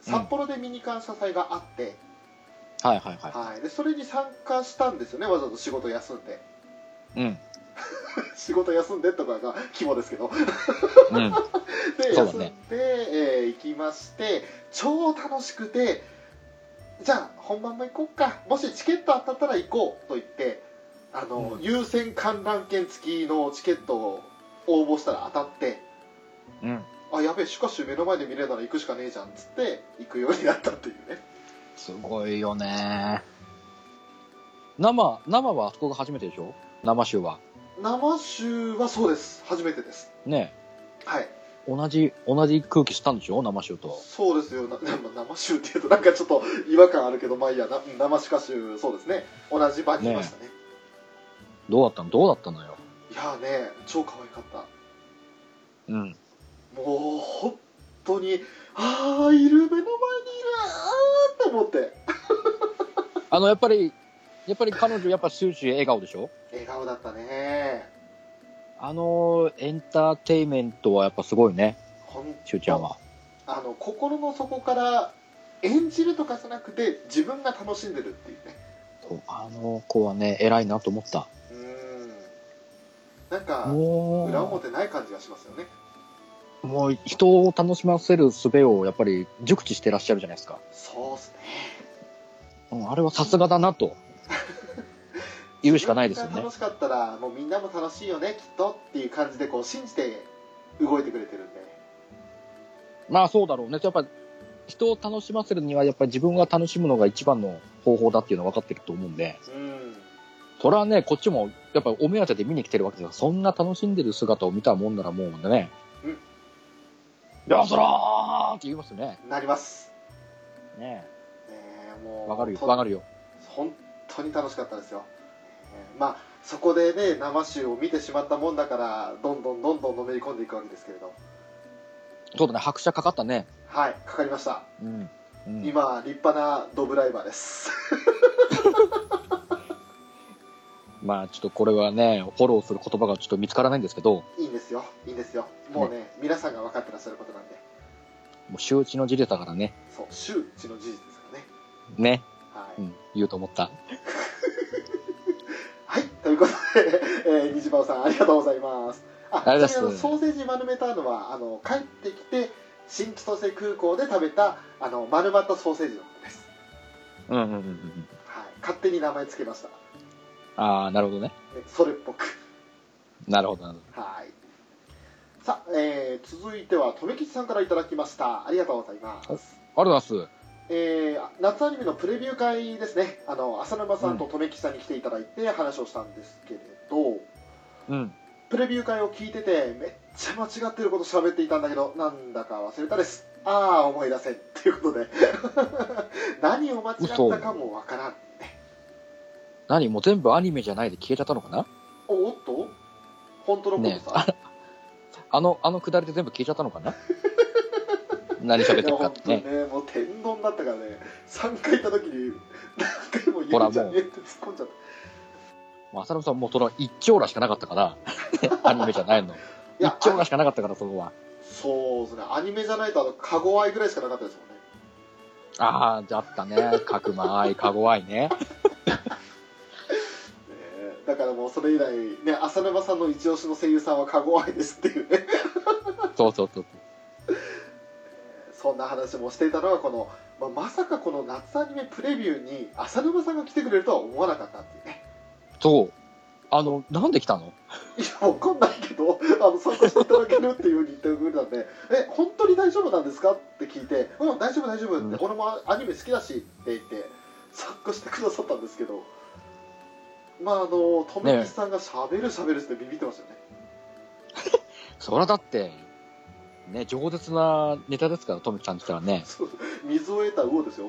Speaker 2: 札幌でミニ感謝祭があって、
Speaker 3: はいはいは
Speaker 2: はい、でそれに参加したんですよねわざと仕事休んで
Speaker 3: い。うん。
Speaker 2: 仕事休んでとかが肝ですけど
Speaker 3: うん。
Speaker 2: で、
Speaker 3: そうだ
Speaker 2: 休んで
Speaker 3: ね、
Speaker 2: えー行きまして超楽しくてじゃあ本番も行こうかもしチケット当たったら行こうと言ってあの、
Speaker 3: うん
Speaker 2: 優先観覧券付きのチケットを応募したら当たって
Speaker 3: うん。
Speaker 2: あやべえしかし目の前で見れるなら行くしかねえじゃんっつって行くようになったっていうね
Speaker 3: すごいよね。生、生はあそこが初めてでしょ生集は。
Speaker 2: 生集はそうです初めてです
Speaker 3: ね
Speaker 2: はい
Speaker 3: え。同じ、同じ空気したんでしょ生集と。
Speaker 2: そうですよな でも生集っていうとなんかちょっと違和感あるけどまあいいやな生しか集そうですね同じ場にいましたね
Speaker 3: どうだったのどうだったのよ。
Speaker 2: いやーね超可愛かった
Speaker 3: うん。
Speaker 2: もう本当にああいる目の前にいるああと思って
Speaker 3: あの、やっぱり、やっぱり彼女、やっぱ終始笑顔でしょ
Speaker 2: 笑顔だったね
Speaker 3: あの、エンターテイメントはやっぱすごいね。
Speaker 2: ほん
Speaker 3: しゅうちゃんは。
Speaker 2: あの心の底から演じるとかじゃなくて自分が楽しんでるっていうね
Speaker 3: そうあの子はね、偉いなと思った。
Speaker 2: うーんなんか
Speaker 3: も
Speaker 2: 裏表ない感じがしますよね
Speaker 3: う、もう人を楽しませる術をやっぱり熟知してらっしゃるじゃないですか。
Speaker 2: そうっすね
Speaker 3: うん、あれはさすがだなと。言うしかないですよ
Speaker 2: 自
Speaker 3: ね
Speaker 2: 分が。楽しかったらもうみんなも楽しいよねきっとっていう感じでこう信じて動いてくれてるんで
Speaker 3: まあそうだろうね。やっぱ人を楽しませるにはやっぱり自分が楽しむのが一番の方法だっていうのは分かってると思うんで、
Speaker 2: うん
Speaker 3: それはね、こっちもやっぱお目当てで見に来てるわけですから、そんな楽しんでる姿を見たもんならもうね、
Speaker 2: うん
Speaker 3: よっそらーって言いますよね。
Speaker 2: なります
Speaker 3: ね
Speaker 2: ねえもう
Speaker 3: わかるよ、
Speaker 2: と
Speaker 3: わかるよ。
Speaker 2: 本当に楽しかったですよ、えーまあそこでね生集を見てしまったもんだからどんどんどんどんのめり込んでいくわけですけれど
Speaker 3: そうだね、拍車かかったね。
Speaker 2: はいかかりました、
Speaker 3: うん。うん
Speaker 2: 今立派なドブライバーです
Speaker 3: まあちょっとこれはね、フォローする言葉がちょっと見つからないんですけど、
Speaker 2: いいんですよいいんですよもうね皆さんが分かってらっしゃることなんで
Speaker 3: もう周知の事例だからね、
Speaker 2: そう周知の事実ですからね
Speaker 3: ね、
Speaker 2: はい、
Speaker 3: うん、言うと思った。
Speaker 2: はい、ということで、 えー、虹馬さんありがとうございますあ
Speaker 3: ありが
Speaker 2: ち
Speaker 3: と
Speaker 2: な
Speaker 3: う
Speaker 2: み
Speaker 3: ござ
Speaker 2: に
Speaker 3: います
Speaker 2: ソーセージ丸めたのはあの帰ってきて新千歳空港で食べたあの丸まったソーセージのことです、
Speaker 3: うんうんうんうん。
Speaker 2: はい、勝手に名前つけました
Speaker 3: ああ、なるほどね。
Speaker 2: ねそれっぽく
Speaker 3: なるほど、なるほ
Speaker 2: はいさあ、えー続いては留吉さんからいただきましたありがとうございます、
Speaker 3: ど。ありがとうございます。
Speaker 2: えー夏アニメのプレビュー会ですねあの浅沼さんと留吉さんに来ていただいて話をしたんですけれど、
Speaker 3: うん。
Speaker 2: プレビュー会を聞いててめっちゃ間違ってること喋っていたんだけどなんだか忘れたですああ思い出せということで 何を間違ったかもわからん
Speaker 3: 何もう全部アニメじゃないで消えちゃったのかな
Speaker 2: おおっと本当のことさ、
Speaker 3: あの、あのくだりで全部消えちゃったのかな何喋っ
Speaker 2: い
Speaker 3: て
Speaker 2: や
Speaker 3: るか
Speaker 2: 本
Speaker 3: って
Speaker 2: 当に
Speaker 3: ね。
Speaker 2: ね、もう天丼だったからね、3回行った時に、何回もを言うんじゃねえって突っ込んじゃった
Speaker 3: 浅野さんもうその一強らしかなかった から、アニメじゃないの。
Speaker 2: い
Speaker 3: 一
Speaker 2: や
Speaker 3: 強らしかなかったから、そこは。
Speaker 2: そうですねアニメじゃないとあのカゴアイぐらいしかなかったですもんね
Speaker 3: ああ、じゃあったね。角間愛、かご愛ね。
Speaker 2: ねえだからもうそれ以来ね浅沼さんの一押しの声優さんはカゴアイですっていうね
Speaker 3: そうそうそう。
Speaker 2: そんな話もしていたのはこの、まあまさかこの夏アニメプレビューに浅沼さんが来てくれるとは思わなかったっていうね
Speaker 3: そう。あの、なんで来たの
Speaker 2: いやわかんないけどあの参加していただけるっていうふうに言ってくれたんで「え本当に大丈夫なんですか?」って聞いて「うん大丈夫大丈夫」って、
Speaker 3: うん
Speaker 2: 俺もアニメ好きだし」って言って参加してくださったんですけどまああの富
Speaker 3: ね
Speaker 2: 吉さんがしゃべるしゃべるってビビってましたよね。
Speaker 3: そらだって、ね、饒舌なネタですから、トミちゃんって言ったらね
Speaker 2: そう水を得た魚ですよ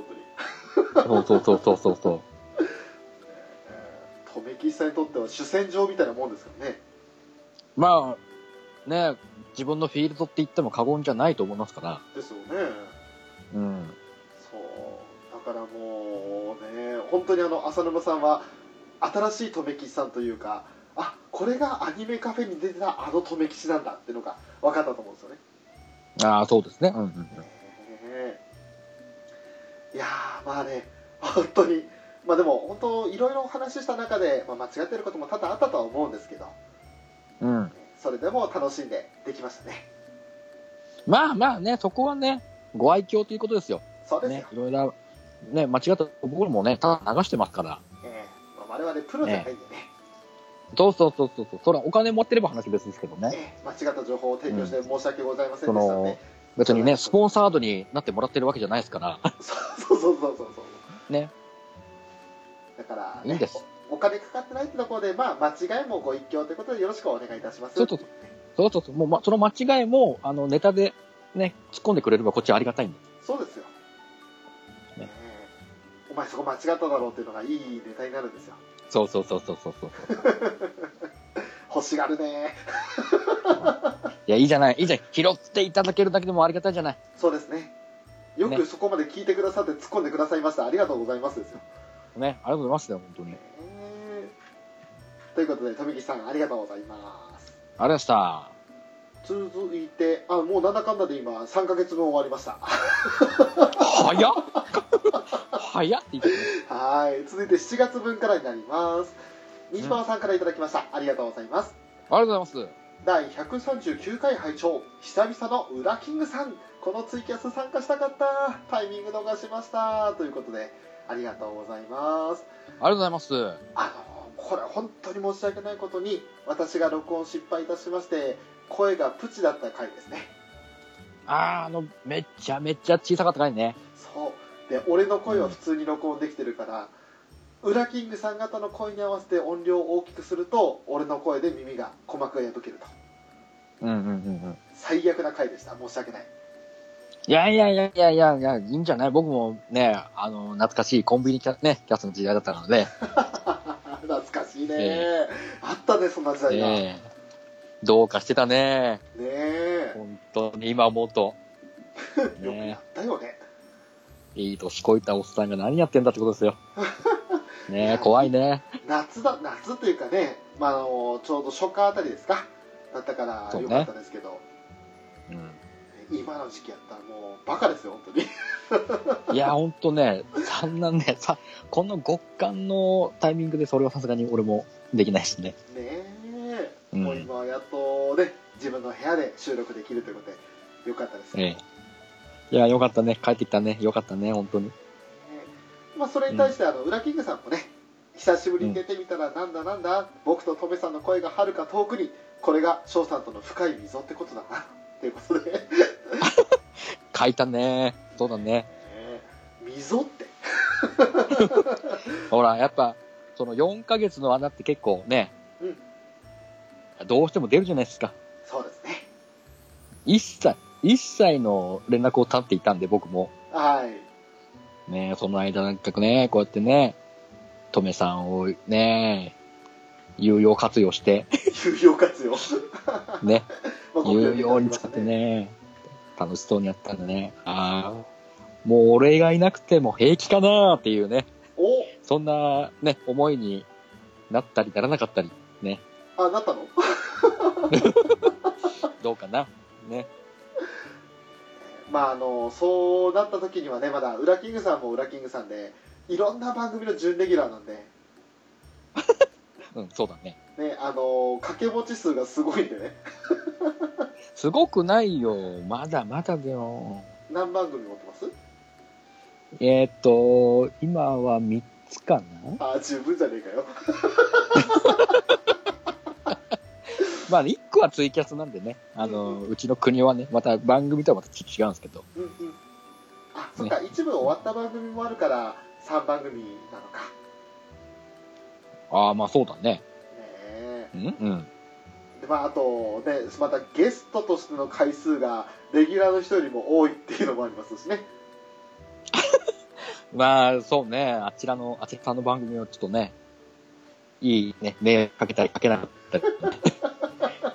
Speaker 2: 本当に。
Speaker 3: そうそうそうそうそう そう。
Speaker 2: 留吉さんにとっては主戦場みたいなもんですからね
Speaker 3: まあ、ね、自分のフィールドって言っても過言じゃないと思いますから。
Speaker 2: ですよね
Speaker 3: うん。
Speaker 2: そうだからもうね本当にあの浅沼さんは新しい留吉さんというかあこれがアニメカフェに出てたあの留吉なんだっていうのが分かったと思うんですよね
Speaker 3: ああ、そうですね。うんうんうん。
Speaker 2: ねえいやーまあね本当にまあでも本当いろいろお話しした中で、まあ、間違ってることも多々あったとは思うんですけど
Speaker 3: うん、
Speaker 2: それでも楽しんでできましたね
Speaker 3: まあまあね、そこはね、ご愛嬌ということですよ。
Speaker 2: そうですよ、
Speaker 3: ね、いろいろ、ね、間違った僕らもね、ただ流してますから。
Speaker 2: ええまあ、我々プロじゃないんでね
Speaker 3: そうそうそうそうそう。そら、お金持ってれば話別ですけどね。
Speaker 2: ええ間違った情報を提供して申し訳ございません
Speaker 3: そ
Speaker 2: でしたね
Speaker 3: の、別にね、スポンサードになってもらってるわけじゃないですから。
Speaker 2: そうそうそうそうそう
Speaker 3: ね
Speaker 2: だから、
Speaker 3: いいんです
Speaker 2: おお金かかってないってところで、まあ、間違いもご一興ということでよろしくお願いいたします
Speaker 3: そうそうそう。そうそうそう。もう、ま、その間違いも、あの、ネタでね、突っ込んでくれればこっちはありがたいんで。
Speaker 2: そうですよ、え
Speaker 3: ね
Speaker 2: えお前そこ間違っただろうっていうのがいいネタになるんですよ
Speaker 3: そうそうそうそうそうそう。
Speaker 2: 欲しがるね
Speaker 3: いや、いいじゃない。いいじゃん。拾っていただけるだけでもありがたいじゃない。
Speaker 2: そうですねよ
Speaker 3: ね
Speaker 2: くそこまで聞いてくださって突っ込んでくださいましたありがとうございますですよ、
Speaker 3: ね、ありがとうございますね、本当に。あり
Speaker 2: ええということで富木さんありがとうございます
Speaker 3: がとうございました。
Speaker 2: 続いてあもうなんだかんだで今3ヶ月分終わりました
Speaker 3: 早っ早っって言ってね。
Speaker 2: はい続いて7月分からになります西村さんからいただきました、ありがとうございます
Speaker 3: ありがとうございます。
Speaker 2: 第139回拝聴久々のウラキングさんこのツイキャス参加したかったタイミング逃しましたということでありがとうございます
Speaker 3: ありがとうございます。
Speaker 2: あのこれ本当に申し訳ないことに私が録音失敗いたしまして声がプチだった回ですね
Speaker 3: あー、あの、めちゃめちゃ小さかったからね。
Speaker 2: そうで俺の声は普通に録音できてるから、ウラキングさん方の声に合わせて音量を大きくすると俺の声で耳が鼓膜が破けると
Speaker 3: うんうんうんうん。
Speaker 2: 最悪な回でした申し訳ない
Speaker 3: いやいやいやいやいやいや、いいんじゃない僕もね、あの、懐かしいコンビニキャ,、ね、キャスの時代だったので、
Speaker 2: 懐かしいね、
Speaker 3: え
Speaker 2: あったねそんな時代が、ね
Speaker 3: ええどうかしてたね。
Speaker 2: え
Speaker 3: 本当に今思うと。
Speaker 2: よくや
Speaker 3: ね
Speaker 2: ったよね
Speaker 3: いい年こいたおっさんが何やってんだってことです よ。ねえ怖いね。
Speaker 2: 夏だ夏っていうかね、まあ、あのちょうど初夏あたりですかだったから
Speaker 3: そうね
Speaker 2: よかったですけど、
Speaker 3: うん
Speaker 2: 今の時期やったらもうバカですよ本当に
Speaker 3: いや、ほんとね、そんなね、さ、この極寒のタイミングでそれはさすがに俺もできないしね。
Speaker 2: ねえ
Speaker 3: うん
Speaker 2: もう今はやっとね自分の部屋で収録できるということでよかったですけど
Speaker 3: ええ。いや、よかったね。帰ってきたね。よかったね、本当に。
Speaker 2: まあ、それに対してあの、ウラキングさんもね久しぶりに出てみたらなんだなんだ、僕とトメさんの声がはるか遠くにこれが翔さんとの深い溝ってことだなっていうこと で、ね
Speaker 3: 書いたね。そうだね。
Speaker 2: え溝って
Speaker 3: ほら、やっぱ、その4ヶ月の穴って結構ね、
Speaker 2: うん
Speaker 3: どうしても出るじゃないですか。
Speaker 2: そうですね
Speaker 3: 一切、一切の連絡を立っていたんで、僕も。
Speaker 2: はい
Speaker 3: ねその間なんかね、こうやってね、トメさんをね、有用活用して、
Speaker 2: 有用活用、ま
Speaker 3: ね、
Speaker 2: あご協
Speaker 3: 有
Speaker 2: 力い
Speaker 3: 用
Speaker 2: ただき
Speaker 3: に
Speaker 2: まし
Speaker 3: 使
Speaker 2: た
Speaker 3: ってね、楽しそうにやったんでね、ああ、もう俺がいなくても平気かなーっていうね。
Speaker 2: お
Speaker 3: そんなね、思いになったりならなかったり、
Speaker 2: あなったの
Speaker 3: どうかな。ね。
Speaker 2: まああのそうなった時にはねまだウラキングさんもウラキングさんでいろんな番組の準レギュラーなんで
Speaker 3: うん、そうだね。
Speaker 2: ねあの掛け持ち数がすごいんでね
Speaker 3: すごくないよ。まだまだだよ。
Speaker 2: 何番組持ってます
Speaker 3: えーっと、今は3つかな
Speaker 2: あ十分じゃねえかよ
Speaker 3: まあ、1個はツイキャスなんでね。あの、うちの国はね、また番組とはまたち違うんですけど。
Speaker 2: うんうんあそっか、一部終わった番組もあるから3番組なのか
Speaker 3: ああ、まあそうだね。
Speaker 2: ねえ
Speaker 3: うんうん。
Speaker 2: でまああとねまたゲストとしての回数がレギュラーの人よりも多いっていうのもありますしね
Speaker 3: まあ、そうね。あちらの、あちらの番組をちょっとね、いいね、迷惑かけたりかけなかった り、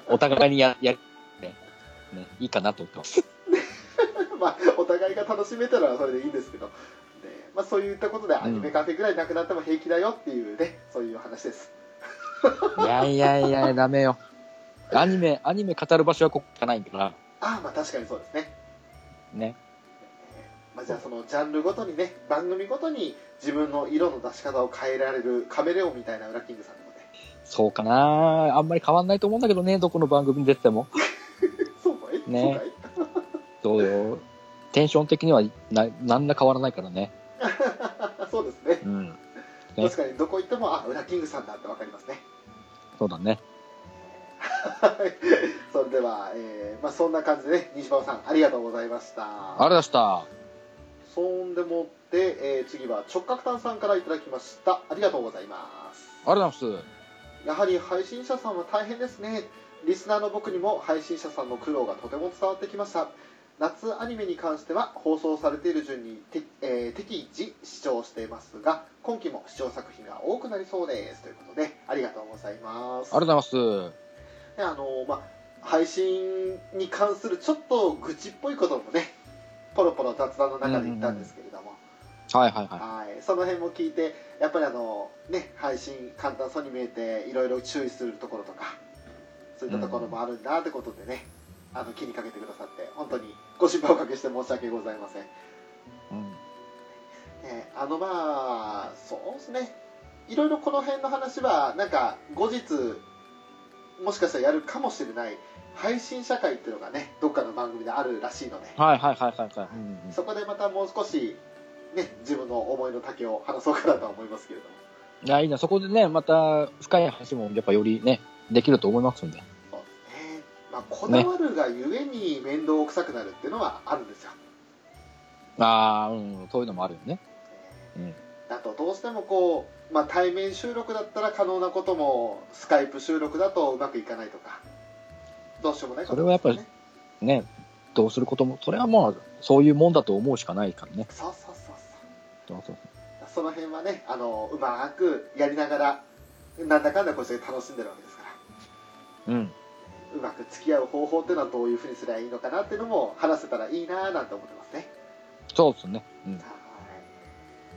Speaker 3: お互いにや、や、ね、ね、いいかなと思ってます。
Speaker 2: まあ、お互いが楽しめたらそれでいいんですけど、ねまあ、そういったことでアニメカフェぐらいなくなっても平気だよっていうね、そういう話です。
Speaker 3: いやいやいや、ダメよ。アニメ、アニメ語る場所はここしかないから、
Speaker 2: ああ、まあ確かにそうですね。
Speaker 3: ね。
Speaker 2: まあ、じゃあそのジャンルごとにね、番組ごとに自分の色の出し方を変えられるカメレオンみたいなウラキングさんでもね、
Speaker 3: そうかなあんまり変わんないと思うんだけどね、どこの番組に出てても。
Speaker 2: そうかい、
Speaker 3: ね
Speaker 2: そうかい
Speaker 3: どうよ。テンション的にはな、なんら変わらないからね。
Speaker 2: あ そうですね。
Speaker 3: うん。ね
Speaker 2: 確かにどこ行っても、あ、ウラキングさんだってわかりますね。
Speaker 3: そうだね。
Speaker 2: はいそれでは、えーまあ、そんな感じでね、西馬さんありがとうございました。
Speaker 3: あれでした。
Speaker 2: そんでもって、えー次は直角炭さんからいただきましたありがとうございます
Speaker 3: ありがとうございます。
Speaker 2: やはり配信者さんは大変ですねリスナーの僕にも配信者さんの苦労がとても伝わってきました夏アニメに関しては放送されている順にて、えー適時視聴していますが今期も視聴作品が多くなりそうですということでありがとうございます
Speaker 3: ありがとうございます。
Speaker 2: であのーまあ配信に関するちょっと愚痴っぽいこともねポロポロ雑談の中で言ったんですけれども、
Speaker 3: はいはいは
Speaker 2: はい、その辺も聞いてやっぱりあの、ね、配信簡単そうに見えていろいろ注意するところとかそういったところもあるんだってことでね、あの気にかけてくださって本当にご心配おかけして申し訳ございません、
Speaker 3: い。うん。
Speaker 2: えーあのまあそうですねいろいろこの辺の話はなんか後日もしかしたらやるかもしれない配信社会っていうのがねどっかの番組であるらしいので、
Speaker 3: はいはいはいはいはい。うんうん
Speaker 2: そこでまたもう少しね自分の思いの丈を話そうかなとは思いますけれども
Speaker 3: いや、いいな。そこでね、また深い話もやっぱよりね、できると思いますんで。
Speaker 2: そうですね、まあ、こだわるがゆえに面倒くさくなるっていうのはあるんですよ、
Speaker 3: ああ、うん、そういうのもあるよね。うん。
Speaker 2: あとどうしてもこう、まあ、対面収録だったら可能なこともスカイプ収録だとうまくいかないとかどうしようもないこと
Speaker 3: それはやっぱり
Speaker 2: ですよね
Speaker 3: ね、どうすることも、それはもう、そういうもんだと思うしかないからね。
Speaker 2: そうそうそう
Speaker 3: そうそ
Speaker 2: そ
Speaker 3: う
Speaker 2: うその辺はねあのうまくやりながらなんだかんだこうして楽しんでるわけですから
Speaker 3: うん。
Speaker 2: うまく付き合う方法っていうのはどういうふうにすればいいのかなっていうのも話せたらいいなぁなんて思ってますね
Speaker 3: そうですね。うん。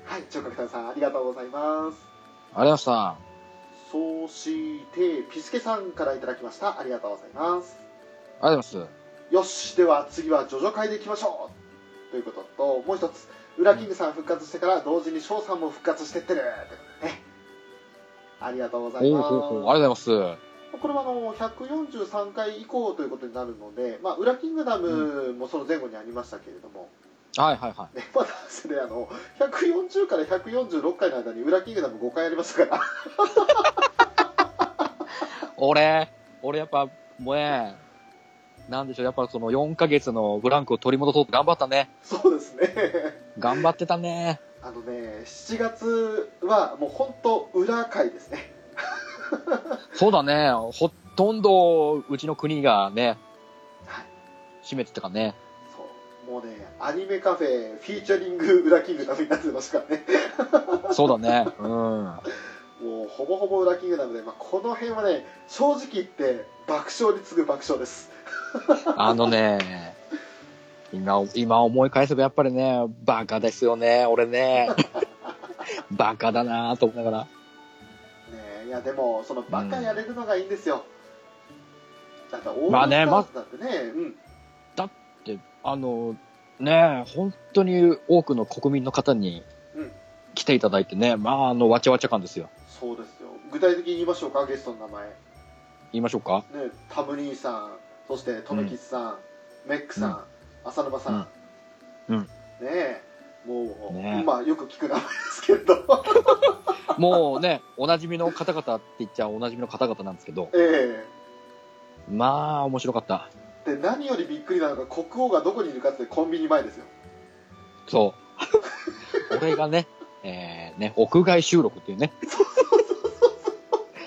Speaker 3: あ
Speaker 2: はい
Speaker 3: りがと
Speaker 2: はい聴覚さんさんありがとうございます
Speaker 3: うございました。
Speaker 2: そしてピスケさんからいただきましたありがとうございます
Speaker 3: ありがとうございま
Speaker 2: よしでは次はジョジョ会でいきましょうということともう一つウラキングさん復活してから同時に翔さんも復活してってるってことでねありがとうござ
Speaker 3: す。
Speaker 2: い
Speaker 3: おお
Speaker 2: ま
Speaker 3: ほうほう
Speaker 2: す
Speaker 3: ありがとうございます。
Speaker 2: これはあの143回以降ということになるので、まあ、ウラキングダムもその前後にありましたけれども、
Speaker 3: はいはいはい。
Speaker 2: ね、 まだそれあの140から146回の間にウラキングダム5回ありましたから
Speaker 3: 俺、俺やっぱ、もうね、なんでしょう、やっぱその4ヶ月のブランクを取り戻そうと頑張ったね。
Speaker 2: そうですね
Speaker 3: 頑張ってたね。
Speaker 2: あのね、7月はもう本当裏回ですね。
Speaker 3: そうだね、ほとんどうちの国がね、
Speaker 2: はい。
Speaker 3: 占めてたからね。
Speaker 2: そう。もうね、アニメカフェフィーチャリング裏キングダムになってますからね。
Speaker 3: そうだね。うん。
Speaker 2: もうほぼほぼ裏キングダムで、まあ、この辺はね、正直言って爆笑に次ぐ爆笑です。
Speaker 3: あのね、今、今思い返せばやっぱりね、バカですよね、俺ね。バカだなぁと思いながら。
Speaker 2: ねいやでもそのバカやれるのがいいんですよ、だってオー
Speaker 3: まあ
Speaker 2: ル
Speaker 3: ね
Speaker 2: スターズだってね,、うん
Speaker 3: で、あの、ねえ、本当に多くの国民の方に
Speaker 2: うん
Speaker 3: 来ていただいてね、まあ、あの、わちゃわちゃ感ですよ。
Speaker 2: そうですよ具体的に言いましょうかゲストの名前
Speaker 3: 言いましょうか
Speaker 2: ね、タム兄さん、そしてトメキスさん、メックさん、浅沼さん、
Speaker 3: うんうん
Speaker 2: ねえ、もう、
Speaker 3: ねえ
Speaker 2: まあよく聞く名前ですけど、
Speaker 3: もうね、 おなじみの方々って言っちゃおなじみの方々なんですけど、
Speaker 2: え
Speaker 3: まあ、面白かった。
Speaker 2: えで何よりびっくりなのが国王がどこにいるかってコンビニ前ですよ。
Speaker 3: そう。俺がね、えー、ね、屋外収録っていうね、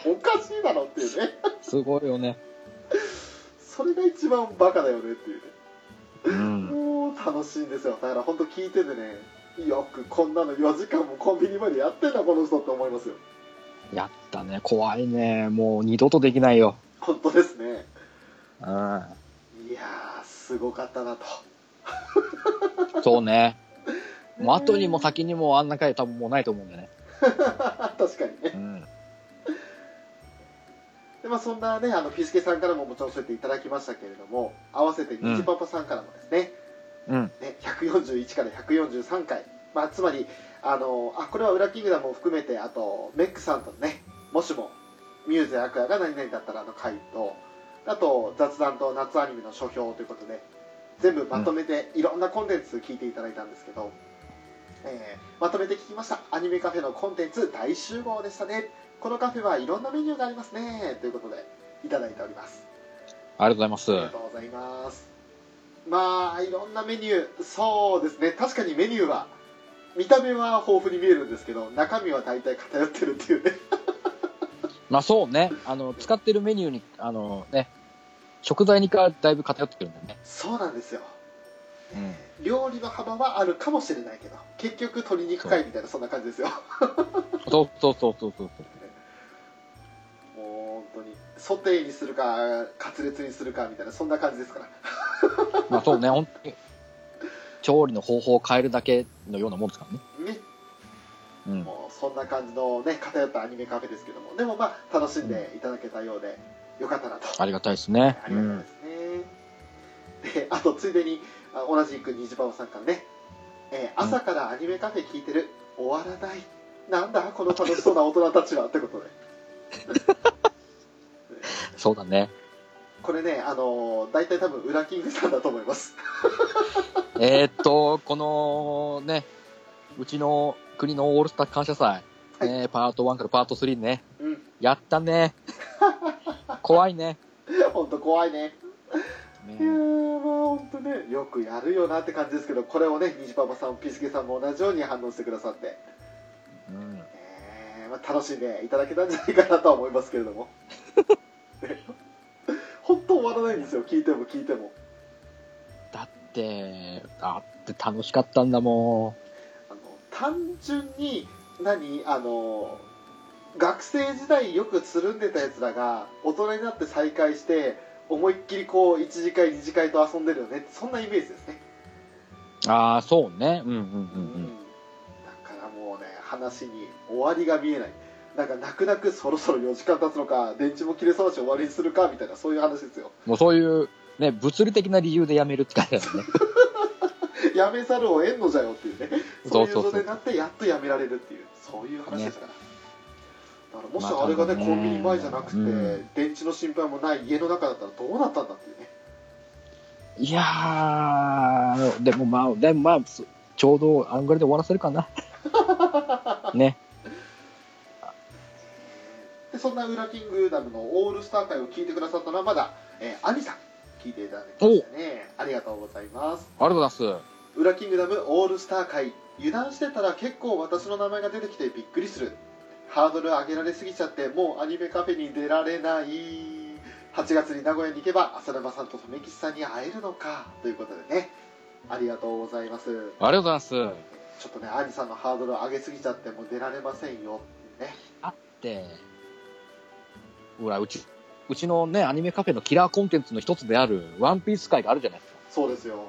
Speaker 2: おかしいだろっていうね、
Speaker 3: すごいよね。
Speaker 2: それが一番バカだよねっていうね、
Speaker 3: うん。
Speaker 2: もう楽しいんですよ。だから本当聞いててね、よくこんなの4時間もコンビニ前でやってんだこの人って思いますよ。
Speaker 3: やったね、怖いね。もう二度とできないよ。
Speaker 2: 本当ですね。
Speaker 3: うん。
Speaker 2: いやー、すごかったなと。
Speaker 3: そうね。もう後にも先にもあんな回多分もうないと思うんだよね。
Speaker 2: 確かにね。
Speaker 3: うん。
Speaker 2: でまあ、そんなね、あのピスケさんからももちろんそうやっていただきましたけれども、合わせてニジパパさんからもですね、
Speaker 3: うん。
Speaker 2: ね141から143回、まあ、つまり、あのあこれは裏キングダムを含めて、あと、メックさんとのね、もしも、ミューズやアクアが何々だったらあの回と、あと、雑談と夏アニメの書評ということで、全部まとめて、いろんなコンテンツ聞いていただいたんですけど、えーまとめて聞きました。アニメカフェのコンテンツ大集合でしたね。このカフェはいろんなメニューがありますね。ということで、いただいております。
Speaker 3: ありがとうございます。
Speaker 2: ありがとうございます。まあ、いろんなメニュー、そうですね、確かにメニューは、見た目は豊富に見えるんですけど、中身は大体偏ってるっていうね。
Speaker 3: まあそうね。あの、使ってるメニューに、あのね、食材にかだいぶ偏ってくるんだよね。
Speaker 2: そうなんですよ。
Speaker 3: うん。
Speaker 2: 料理の幅はあるかもしれないけど、結局鶏肉かいみたいな、そんな感じですよ。
Speaker 3: そうそうそうそうそうそう。
Speaker 2: もう本当に、ソテーにするか、カツレツにするかみたいな、そんな感じですから。
Speaker 3: まあそうね、本当に。調理の方法を変えるだけのようなもんですからね。
Speaker 2: ね、
Speaker 3: うん。
Speaker 2: もうそんな感じのね、偏ったアニメカフェですけども、でもまあ、楽しんでいただけたようで、よかったなと。
Speaker 3: ありがたいですね。
Speaker 2: あ
Speaker 3: う
Speaker 2: りがたい
Speaker 3: ん
Speaker 2: で。すね。で、あとついでに、あ同じくにじぱおさんからね、えー朝からアニメカフェ聞いてる、終わらない、なんだ、この楽しそうな大人たちはってことで、
Speaker 3: そうだね。
Speaker 2: これね、あのー、大体多分、ウラキングさんだと思います。
Speaker 3: えーっと、このね、うちの国のオールスター感謝祭、
Speaker 2: はい
Speaker 3: ね、パート1からパート3ね、
Speaker 2: うん、
Speaker 3: やっ たね。怖いね。
Speaker 2: 本当怖いね。いやー、
Speaker 3: ね
Speaker 2: もう本当ね、よくやるよなって感じですけど、これをね、にじぱおさん、ピスケさんも同じように反応してくださって、
Speaker 3: うん、
Speaker 2: えーまあ、楽しんでいただけたんじゃないかなとは思いますけれども ね本当終わらないんですよ聞いても聞いても
Speaker 3: だって、だって楽しかったんだも
Speaker 2: あの単純に何あの学生時代よくつるんでたやつらが大人になって再会して思いっきりこう1次会2次会と遊んでるよねそんなイメージですね、
Speaker 3: ん。ああ、そうね。うんうんう
Speaker 2: うん
Speaker 3: ん
Speaker 2: だからもうね話に終わりが見えないなんか泣く泣くそろそろ4時間経つのか電池も切れそうだし終わりにするかみたいなそういう話ですよ
Speaker 3: うん。もうそういう、ね、物理的な理由でやめるって感じだよね。
Speaker 2: やめざるを得んのじゃよっていうね、そ
Speaker 3: そうう
Speaker 2: いう
Speaker 3: そうそ
Speaker 2: 状
Speaker 3: う
Speaker 2: 態になって、やっとやめられるっていう、そういう話ですから。だからもし
Speaker 3: まあ
Speaker 2: あれがね、
Speaker 3: 多分ね
Speaker 2: コンビニ前じゃなくて、
Speaker 3: うん
Speaker 2: 電池の心配もない家の中だったらどうなったんだっていうね、
Speaker 3: いやー、でもまあ、でもまあ、そちょうどあんぐらいで終わらせるか な。ね。
Speaker 2: でそんなウラキングダムのオールスター会を聞いてくださったのは、まだ、えー、アニさん、聞いていただきましたね、ありがとうございます。
Speaker 3: ありがとうございます。
Speaker 2: ウラキングダムオールスター会、油断してたら結構私の名前が出てきてびっくりする。ハードル上げられすぎちゃって、もうアニメカフェに出られない。8月に名古屋に行けば、浅沼さんと留吉さんに会えるのか。ということでね、ありがとうございます。
Speaker 3: ありがとうございます。
Speaker 2: ちょっとね、アニさんのハードル上げすぎちゃって、もう出られませんよ。ね。
Speaker 3: って、ほら、うち、うちのね、アニメカフェのキラーコンテンツの一つである、ワンピース会があるじゃないですか。
Speaker 2: そうですよ。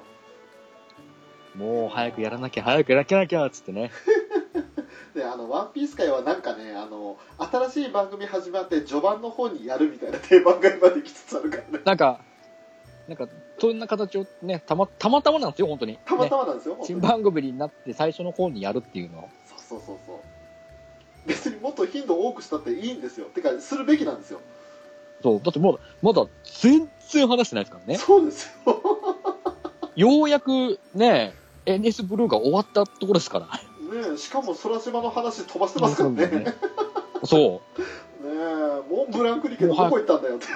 Speaker 3: もう早くやらなきゃ、早くやらなきゃ、っつってね。
Speaker 2: であの「ワンピース界はなんかねあの新しい番組始まって序盤の方にやるみたいな定番が今できつつあるからね
Speaker 3: なんか、なんか、そんな形をね、たまたまたまなんですよ、本当に。
Speaker 2: たま
Speaker 3: ね
Speaker 2: たまなんですよ、本当
Speaker 3: 新
Speaker 2: に
Speaker 3: 番組になって最初の方にやるっていうのは。
Speaker 2: そうそうそうそう別にもっと頻度を多くしたっていいんですよてかするべきなんですよ
Speaker 3: そう、だってもう、まだ全然話してないですからね。
Speaker 2: そうですよ
Speaker 3: ようやくね、NS ブルーが終わったところですから。
Speaker 2: ねえしかも空島の話飛ばしてますからねね
Speaker 3: ね そ
Speaker 2: えモンブランクリケットどこ行ったんだよって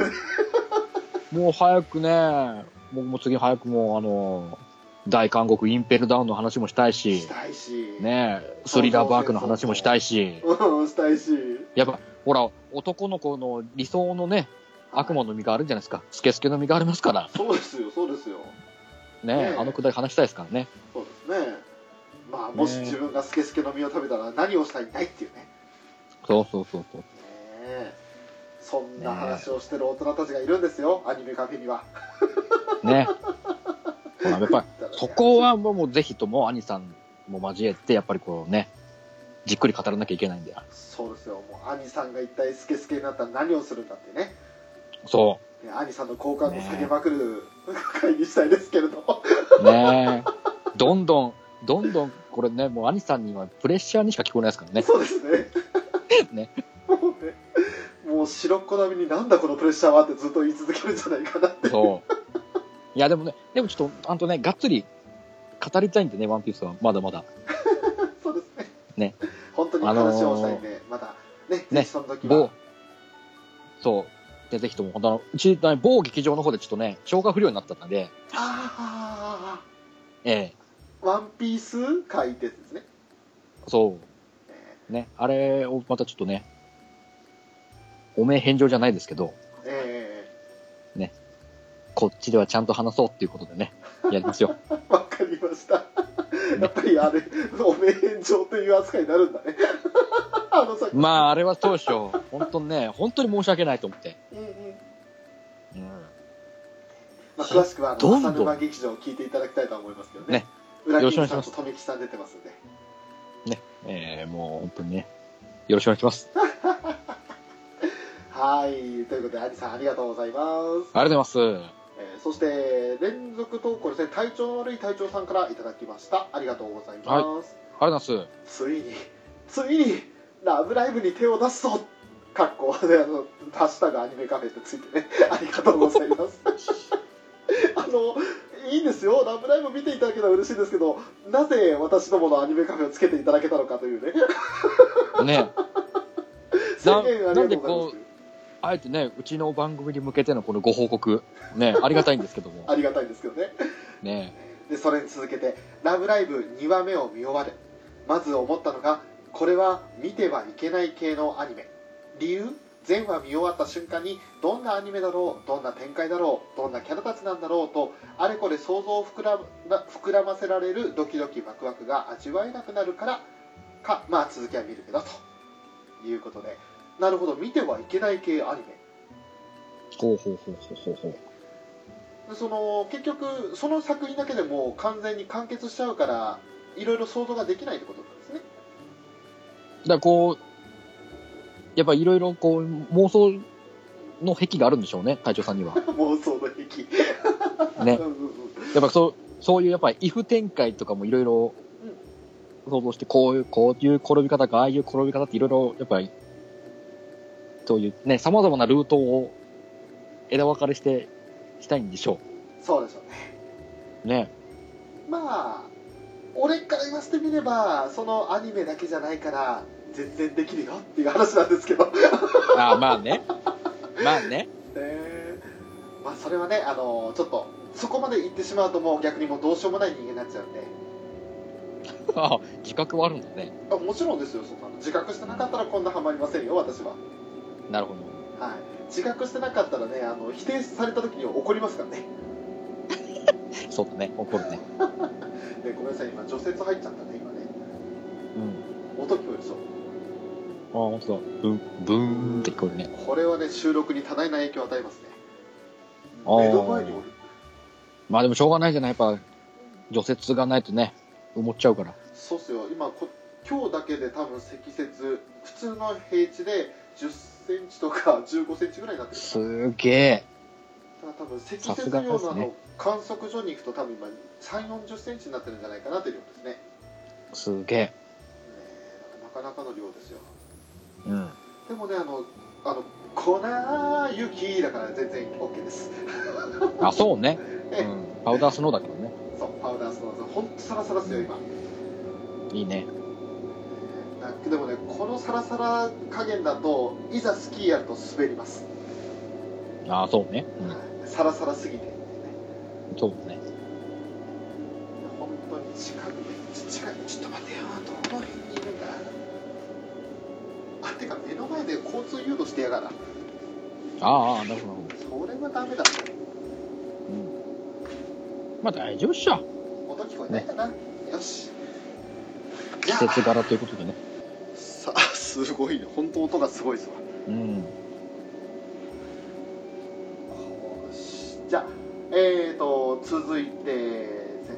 Speaker 3: う。もう早くね、僕も次早くもう、あの、大韓国インペルダウンの話もしたいし
Speaker 2: し、たいし
Speaker 3: ね、スリラーバークの話もしたいし、
Speaker 2: うんしたいし
Speaker 3: やっぱ、ほら、男の子の理想のね、悪魔の実があるじゃないですか。スケスケの実がありますから。
Speaker 2: そうですよそうですよ
Speaker 3: ね
Speaker 2: ね、
Speaker 3: あのくだり話したいですからね。
Speaker 2: そうですねまあもし
Speaker 3: ねえ
Speaker 2: 自分がスケスケの実を食べたら何をしたいないっていうねね
Speaker 3: そうそうそうそう。
Speaker 2: えそんな話をしてる大人たちがいるんですよアニメカフェには
Speaker 3: ね。ほらやっぱり、そこはもうもうぜひとも、兄さんも交えて、やっぱりこうね、じっくり語らなきゃいけないんだよ。
Speaker 2: そうですよもう兄さんが一体スケスケになったら何をするんだってね
Speaker 3: そ
Speaker 2: ね兄さんの好感度下げまくる会議したいですけれど
Speaker 3: う。ねどんどん、どんどん、これね、もう兄さんにはプレッシャーにしか聞こえないですからね。
Speaker 2: そうですね
Speaker 3: ね
Speaker 2: もうねもう白っ子並みになんだこのプレッシャーはってずっと言い続けるんじゃないかなって
Speaker 3: そう。いや、でもね、でもちょっと、あんとね、がっつり語りたいんでね、ワンピースは、まだまだ。
Speaker 2: そうですね
Speaker 3: ね
Speaker 2: 本当に話をしたいんで、またねぜ
Speaker 3: ね
Speaker 2: ひその時は、
Speaker 3: 某、そう。で、ぜひとも、本当あの、うち、ね某劇場の方でちょっとね、消化不良になっちゃったんで、
Speaker 2: あ
Speaker 3: ええ
Speaker 2: あワンピース回ってやつですね
Speaker 3: そう。
Speaker 2: ね
Speaker 3: ね、あれをまたちょっとね、おめえ返上じゃないですけど、
Speaker 2: え
Speaker 3: こっちではちゃんと話そうっていうことでね、やりますよ。
Speaker 2: えわかりました やっぱりあれお名炎上という扱いになるんだね あの作
Speaker 3: まあ、あれはそうでしょう。本当にね、本当に申し訳ないと思って。
Speaker 2: うんうん
Speaker 3: うん。
Speaker 2: まあ、詳しくはあの
Speaker 3: どんど
Speaker 2: 浅
Speaker 3: ん
Speaker 2: 沼劇場を聞いていただきたいとは思いますけどね
Speaker 3: ね
Speaker 2: 裏
Speaker 3: よろ
Speaker 2: 切
Speaker 3: しくお願
Speaker 2: りさん
Speaker 3: いしま
Speaker 2: と
Speaker 3: す
Speaker 2: 富木さん出てますんで
Speaker 3: えー、もう本当にね、よろしくお願いします。あり
Speaker 2: はいということでアニさんありがとうございます、
Speaker 3: がとうございます。
Speaker 2: えーそして連続投稿ですね体調の悪い隊長さんからいただきましたありがとうございます、
Speaker 3: ありがとうございます。
Speaker 2: ついについに「ラブライブ!」に手を出すぞかっこあの「ハッシュタグアニメカフェ」ってついてね ありがとうございます あのいいんですよ「ラブライブ!」見ていただけたら嬉しいですけどなぜ私どものアニメカフェをつけていただけたのかというね
Speaker 3: ね、
Speaker 2: 宣言ありがとうございます
Speaker 3: あえてね、うちの番組に向けてのこのご報告、ね、ありがたいんですけども
Speaker 2: あ、りがたいんですけどね
Speaker 3: ね、
Speaker 2: でそれに続けて「ラブライブ!」2話目を見終わるまず思ったのがこれは見てはいけない系のアニメ理由前話見終わった瞬間にどんなアニメだろうどんな展開だろうどんなキャラたちなんだろうとあれこれ想像を膨らま膨らませられるドキドキワクワクが味わえなくなるからかまあ続きは見るけどということでなるほど見てはいけない系アニメ
Speaker 3: ほうほうほうほうほうほう。
Speaker 2: その結局その作品だけでもう完全に完結しちゃうからいろいろ想像ができないってことなんですね
Speaker 3: だからこう、やっぱいろいろこう妄想の癖があるんでしょうね、隊長さんには。
Speaker 2: 妄想の域
Speaker 3: ね
Speaker 2: う。んうん
Speaker 3: やっぱそう、そういうやっぱり、イフ展開とかもいろいろ想像して、こういう、こういう転び方か、ああいう転び方っていろいろ、やっぱり、そういうね、様々なルートを枝分かれして、したいんでしょ
Speaker 2: うんそうでしょうね
Speaker 3: う。ね。
Speaker 2: まあ俺から言わせてみればそのアニメだけじゃないから全然できるよっていう話なんですけど ね
Speaker 3: ああ、まあね。まあね。
Speaker 2: えまあそれはねあのちょっとそこまで言ってしまうともう逆にもうどうしようもない人間になっちゃうんで
Speaker 3: ああ、自覚はあるんだね。
Speaker 2: あもちろんですよそんなの自覚してなかったらこんなハマりませんよ私は
Speaker 3: なるほど。
Speaker 2: はい自覚してなかったらねあの否定された時に怒りますからね
Speaker 3: そうだね。怒るね。
Speaker 2: でごめんなさい今除雪入っちゃったね今ね
Speaker 3: うん。
Speaker 2: 音聞こえるでしょ
Speaker 3: ああ、本当だ。ブン、ブーンって聞こえるね。
Speaker 2: これはね収録に多大な影響を与えますね
Speaker 3: あー
Speaker 2: 目の前におる
Speaker 3: まあでもしょうがないじゃない、やっぱ除雪がないとね、埋もっちゃうから。
Speaker 2: そうっすよ今こ今日だけで多分積雪普通の平地で10センチとか15センチぐらいになってる
Speaker 3: すげえ。
Speaker 2: だから多分積
Speaker 3: さ
Speaker 2: 雪
Speaker 3: すが
Speaker 2: 量
Speaker 3: で
Speaker 2: な
Speaker 3: す
Speaker 2: の
Speaker 3: ね
Speaker 2: 観測所に行くと多分今3 4 0センチになってるんじゃないかなという量ですねね
Speaker 3: すげえ。
Speaker 2: えなかなかの量ですよ
Speaker 3: うん。
Speaker 2: でもねあのあの粉雪だから全然 OK です
Speaker 3: あ、そうね。
Speaker 2: え
Speaker 3: うん。パウダースノーだからね。
Speaker 2: そうパウダースノーズほんとサラサラですよ今
Speaker 3: いいね。
Speaker 2: なんかでもねこのサラサラ加減だといざスキーやると滑ります、
Speaker 3: あ、そうね。
Speaker 2: サラサラすぎて
Speaker 3: うん。そうね。
Speaker 2: 本当に近くで近くちょっと待てよどの辺にいるんだあてか目の前で交通誘導してやがら
Speaker 3: あーあー、なるほどなる
Speaker 2: それはダメだ
Speaker 3: ほど。うん。まあ大丈夫っしょ。
Speaker 2: 音聞こえないかな、よしじ
Speaker 3: 季
Speaker 2: ゃあ
Speaker 3: 節柄ということでね。
Speaker 2: さあすごいね本当音がすごいですわ
Speaker 3: うん。
Speaker 2: よしじゃあえー、と続いて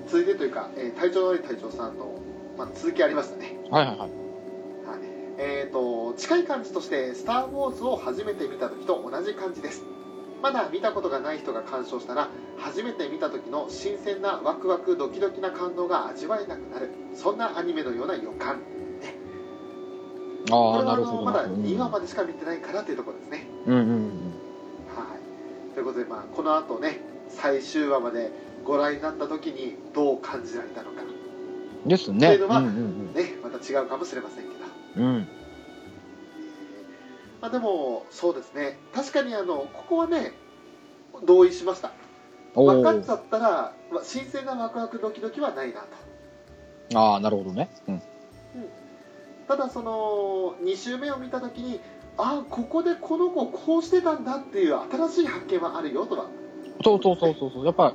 Speaker 2: 続いてというか、えー隊長の隊長さんと、まあ、続きありましたね
Speaker 3: はいはいは
Speaker 2: は
Speaker 3: い。
Speaker 2: い、えー、と近い感じとして「スター・ウォーズ」を初めて見た時と同じ感じですまだ見たことがない人が鑑賞したら初めて見た時の新鮮なワクワクドキドキな感動が味わえなくなるそんなアニメのような予感
Speaker 3: あ
Speaker 2: こ
Speaker 3: あ、
Speaker 2: れは
Speaker 3: な
Speaker 2: あ
Speaker 3: るほ
Speaker 2: の
Speaker 3: ど。
Speaker 2: ま
Speaker 3: な
Speaker 2: だ
Speaker 3: るほどうん
Speaker 2: 今までしか見てないからというところですね
Speaker 3: うんうんうん。
Speaker 2: はいということで、まあ、この後ね最終話までご覧になった時にどう感じられたのか
Speaker 3: です
Speaker 2: ってい
Speaker 3: ね。
Speaker 2: うの
Speaker 3: う
Speaker 2: は
Speaker 3: んうん
Speaker 2: ねまた違うかもしれませんけど
Speaker 3: うん。うん。
Speaker 2: まあ、でもそうですね確かにあのここはね同意しました
Speaker 3: お
Speaker 2: 分かっ
Speaker 3: お
Speaker 2: ち。ゃったら、まあ新鮮なワクワクドキドキはないなと
Speaker 3: ああ、なるほどね。うん。
Speaker 2: ただその2周目を見た時にああここでこの子こうしてたんだっていう新しい発見はあるよとは
Speaker 3: そうそうそうそうそう。やっぱ、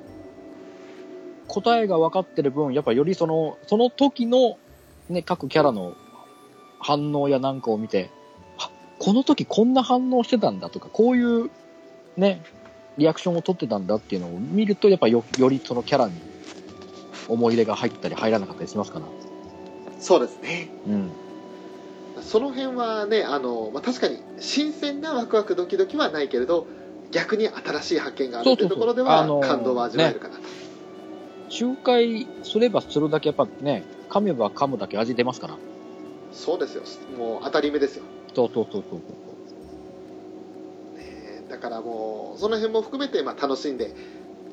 Speaker 3: 答えが分かってる分、やっぱよりその、その時の、ね、各キャラの反応やなんかを見て、あ、この時こんな反応してたんだとか、こういう、ね、リアクションを取ってたんだっていうのを見ると、やっぱよ、よりそのキャラに思い入れが入ったり入らなかったりしますから。
Speaker 2: そうですね
Speaker 3: うん。
Speaker 2: その辺はねあの、まあ、確かに新鮮なワクワクドキドキはないけれど逆に新しい発見があるっていう
Speaker 3: そ
Speaker 2: と
Speaker 3: うそ
Speaker 2: ころ
Speaker 3: うそう
Speaker 2: では
Speaker 3: あの
Speaker 2: 感動は味わえるかなと、
Speaker 3: 周回すればするだけやっぱね、噛めば噛むだけ味出ますから。
Speaker 2: そうですよもう当たり目ですよ
Speaker 3: そうそうそうそう。
Speaker 2: ねだからもうその辺も含めてまあ楽しんで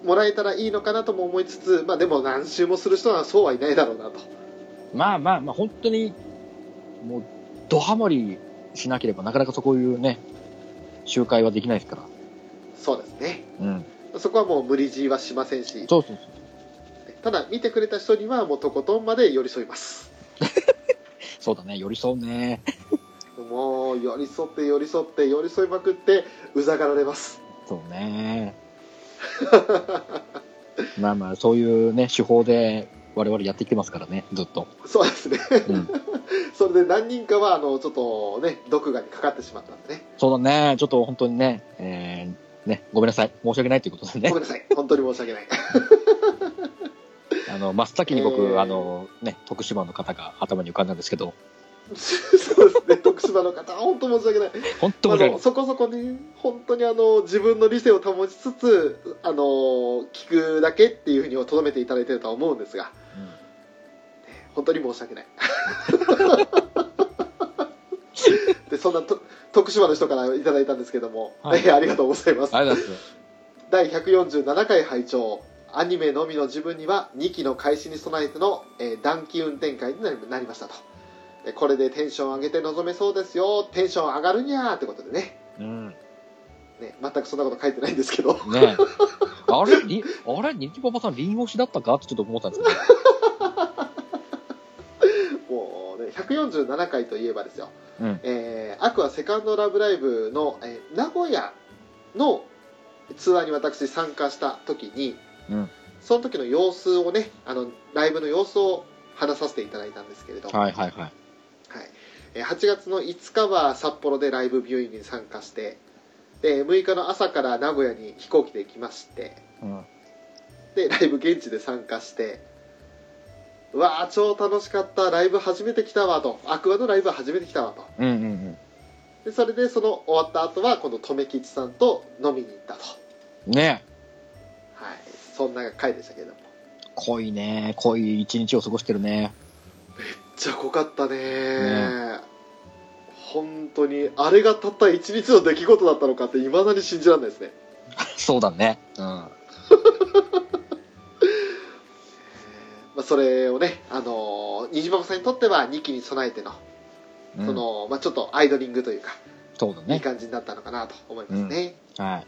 Speaker 2: もらえたらいいのかなとも思いつつ、まあ、でも何周もする人はそうはいないだろうなと
Speaker 3: まあまあまあ、本当に、もう、ドハマりしなければ、なかなかそこいうね、集会はできないですから。
Speaker 2: そうですね
Speaker 3: うん。
Speaker 2: そこはもう無理強いはしませんし
Speaker 3: そうそうそう。
Speaker 2: ただ見てくれた人にはもうとことんまで寄り添います
Speaker 3: そうだね、寄り添うね。
Speaker 2: もう寄り添って寄り添って寄り添いまくってうざがられます
Speaker 3: そう ね。まあまあ、そういうね、手法で、我々やってきてますからね、ずっと。
Speaker 2: そうですね
Speaker 3: うん。
Speaker 2: それで何人かはあのちょっとね毒がにかかってしまったんでね
Speaker 3: そうだね、ちょっと本当にね、えー、ね、ごめんなさい。申し訳ないということでね
Speaker 2: ご め。んなさい本当に申し訳ない
Speaker 3: あの、真っ先に僕、
Speaker 2: えー
Speaker 3: あの、ね、徳島の方が頭に浮かんだんですけど、
Speaker 2: そうですね徳島の方本当申し訳ない
Speaker 3: 本当
Speaker 2: あ
Speaker 3: に、
Speaker 2: のそこそこね本当にあの自分の理性を保ちつつあの聞くだけっていうふうにはとどめていただいてるとは思うんですが
Speaker 3: うん
Speaker 2: 本当に申し 訳ないでそんなと徳島の人からいただいたんですけども、
Speaker 3: はい
Speaker 2: えありがとうございます
Speaker 3: ありがとうございます。
Speaker 2: 第147回拝聴アニメのみの自分には2期の開始に備えての、えー暖気運転会になりなりましたとでこれでテンション上げて臨めそうですよテンション上がるにゃーってことでね
Speaker 3: うん。
Speaker 2: ね、全くそんなこと書いてないんですけど、
Speaker 3: ねえ。 あれ、りあれ、ニジパパさん、リンゴしだったかってちょっと思ったんですけど。
Speaker 2: もうね、147回といえばですよ、
Speaker 3: うん
Speaker 2: えーアクアセカンドラブライブの、えー名古屋のツアーに私参加した時に、
Speaker 3: うん
Speaker 2: その時の様子をね、あの、ライブの様子を話させていただいたんですけれど、
Speaker 3: はいはいはい。
Speaker 2: はいえー8月の5日は札幌でライブビューイングに参加して、で、6日の朝から名古屋に飛行機で行きまして、
Speaker 3: うん。
Speaker 2: でライブ現地で参加してうわー超楽しかったライブ初めて来たわとアクアのライブ初めて来たわと
Speaker 3: うんうんうん
Speaker 2: でそれでその終わった後はこの留吉さんと飲みに行ったと
Speaker 3: ね
Speaker 2: はいそんな回でしたけれどもめっ
Speaker 3: え濃いね濃い一日を過ごしてるね
Speaker 2: ちゃ濃かったね
Speaker 3: ね
Speaker 2: 本当にあれがたった一日の出来事だったのかっていまだに信じられないですね
Speaker 3: そうだねうん
Speaker 2: まあ、それをね、あのー、にじままさんにとっては2期に備えての、
Speaker 3: うん
Speaker 2: そのまあ、ちょっとアイドリングというか、
Speaker 3: そうだ
Speaker 2: いい
Speaker 3: ね
Speaker 2: 感じになったのかなと思いますね。
Speaker 3: はい
Speaker 2: はい、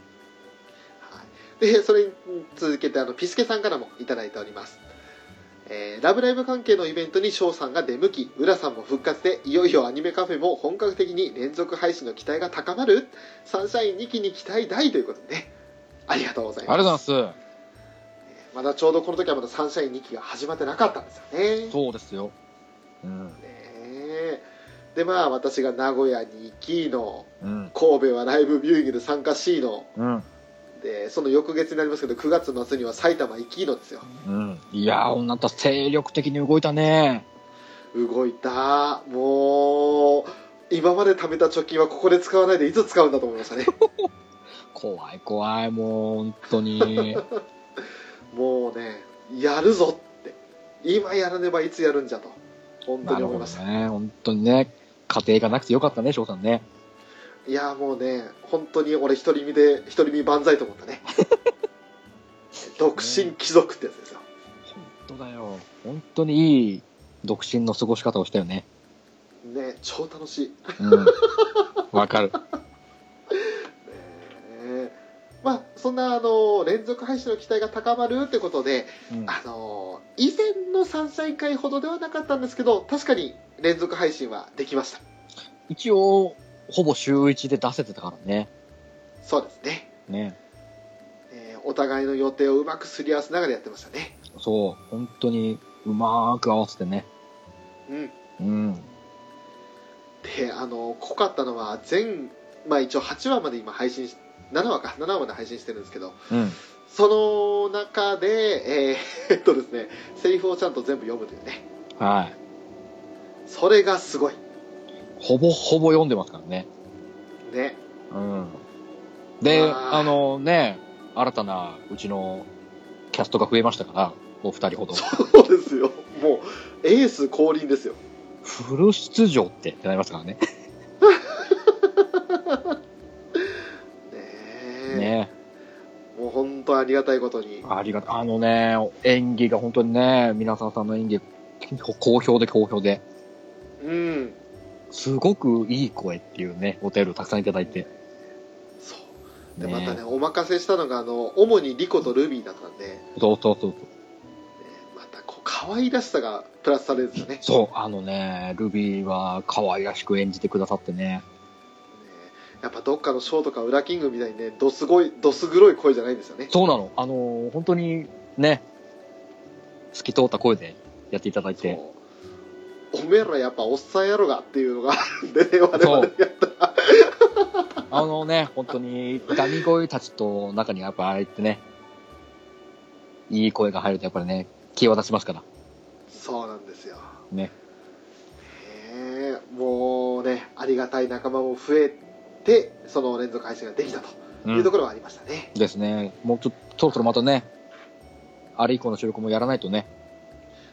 Speaker 2: で、それに続けてあの、ピスケさんからもいただいております。えーラブライブ関係のイベントに翔さんが出向き、浦さんも復活で、いよいよアニメカフェも本格的に連続配信の期待が高まる、サンシャイン2期に期待大ということでね、ありがとうござい
Speaker 3: ありがとうござい
Speaker 2: ま。
Speaker 3: ますす
Speaker 2: まだちょうどこの時はまだサンシャイン2期が始まってなかったんですよね。
Speaker 3: そうですようん
Speaker 2: ねえでまあ私が名古屋に行きの
Speaker 3: うん
Speaker 2: 神戸はライブビューイングで参加しの
Speaker 3: うん
Speaker 2: でその翌月になりますけど9月末には埼玉行きのですよ
Speaker 3: うんいやー女たち精力的に動いたね
Speaker 2: 動いたもう今まで貯めた貯金はここで使わないでいつ使うんだと思いました ね
Speaker 3: 怖い怖いもう 本当に
Speaker 2: もうねやるぞって今やらねばいつやるんじゃと本当
Speaker 3: な
Speaker 2: に思
Speaker 3: る
Speaker 2: い
Speaker 3: ほど
Speaker 2: ました、
Speaker 3: ね本当にね家庭がなくてよかったね翔さんね
Speaker 2: いやもうね本当に俺一人身で一人身万歳と思った ね独身貴族ってやつですよ
Speaker 3: 本当だよ本当にいい独身の過ごし方をしたよね
Speaker 2: ね超楽しい
Speaker 3: うんわかる
Speaker 2: ねまあそんなあの連続配信の期待が高まるってことで、
Speaker 3: うん
Speaker 2: あの以前のサンシャイン会ほどではなかったんですけど確かに連続配信はできました
Speaker 3: 一応ほぼ週1で出せてたからね
Speaker 2: そうですね、
Speaker 3: ね
Speaker 2: えーお互いの予定をうまくすり合わせながらやってましたね
Speaker 3: そう本当にうまーく合わせてね
Speaker 2: うん
Speaker 3: うん
Speaker 2: であの濃かったのは全まあ一応8話まで今配信し7話か7話まで配信してるんですけど
Speaker 3: うん
Speaker 2: その中でえー えっとですねセリフをちゃんと全部読むというね
Speaker 3: はい
Speaker 2: それがすごい
Speaker 3: ほぼほぼ読んでますからね
Speaker 2: ね
Speaker 3: うん
Speaker 2: う
Speaker 3: で
Speaker 2: わー
Speaker 3: あのね新たなうちのキャストが増えましたからお二人ほど
Speaker 2: そうですよ。もう、エース降臨ですよ。
Speaker 3: フル出場ってってなりましたからね
Speaker 2: ねえ。
Speaker 3: ね
Speaker 2: もう本当ありがたいことに。
Speaker 3: ありがたあのね演技が本当にね皆さんさんの演技好評で好評で
Speaker 2: うん。
Speaker 3: すごくいい声っていうねお便りをたくさんいただいて
Speaker 2: そう。で、
Speaker 3: ね
Speaker 2: またね、お任せしたのが、あの、主にリコとルビーだったんで、ね
Speaker 3: そうそうそう
Speaker 2: またこう、可愛らしさがプラスされるんですよね。
Speaker 3: そうあのねルビーは可愛らしく演じてくださってね
Speaker 2: ねやっぱどっかのショーとかウラキングみたいにね、どすごい、どす黒い声じゃないんですよね。
Speaker 3: そうなのあの本当にね透き通った声でやっていただいて
Speaker 2: そうおめえらやっぱおっさんやろがっていうのがあるんでね、我々やったら。
Speaker 3: あのね本当にダミ声たちと中にやっぱああやってねいい声が入るとやっぱりね気を出しますから
Speaker 2: そうなんですよ。
Speaker 3: ね
Speaker 2: ねえもうねありがたい仲間も増えてその連続配信ができたというところはありましたね、
Speaker 3: ですねもうちょっとそろそろまたねあれ以降の収録もやらないとね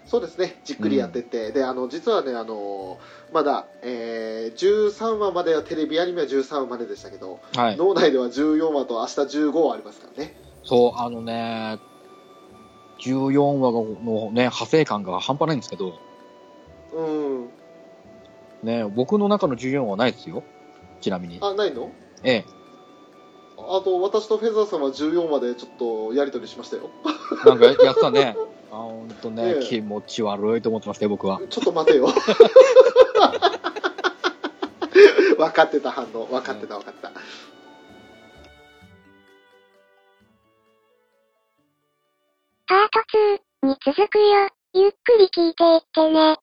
Speaker 2: そうですねじっくりやってって、であの実はねあのまだ、えー13話まではテレビアニメは13話まででしたけど、
Speaker 3: はい
Speaker 2: 脳内では14話と明日15話ありますからね
Speaker 3: そう、あのね、14話のね、派生感が半端ないんですけど、
Speaker 2: うん
Speaker 3: ね、僕の中の14話はないですよ。ちなみに。
Speaker 2: あないの
Speaker 3: ええ。
Speaker 2: あと私とフェザーさんは14話でちょっとやり取りしましたよ
Speaker 3: なんかやってたね。 あ、ほんとね
Speaker 2: え、え
Speaker 3: 気持ち悪いと思ってましたよ、僕は。
Speaker 2: ちょっと待てよ分かってた反応分かってた分かってた
Speaker 1: パート2に続くよ。ゆっくり聞いていってね。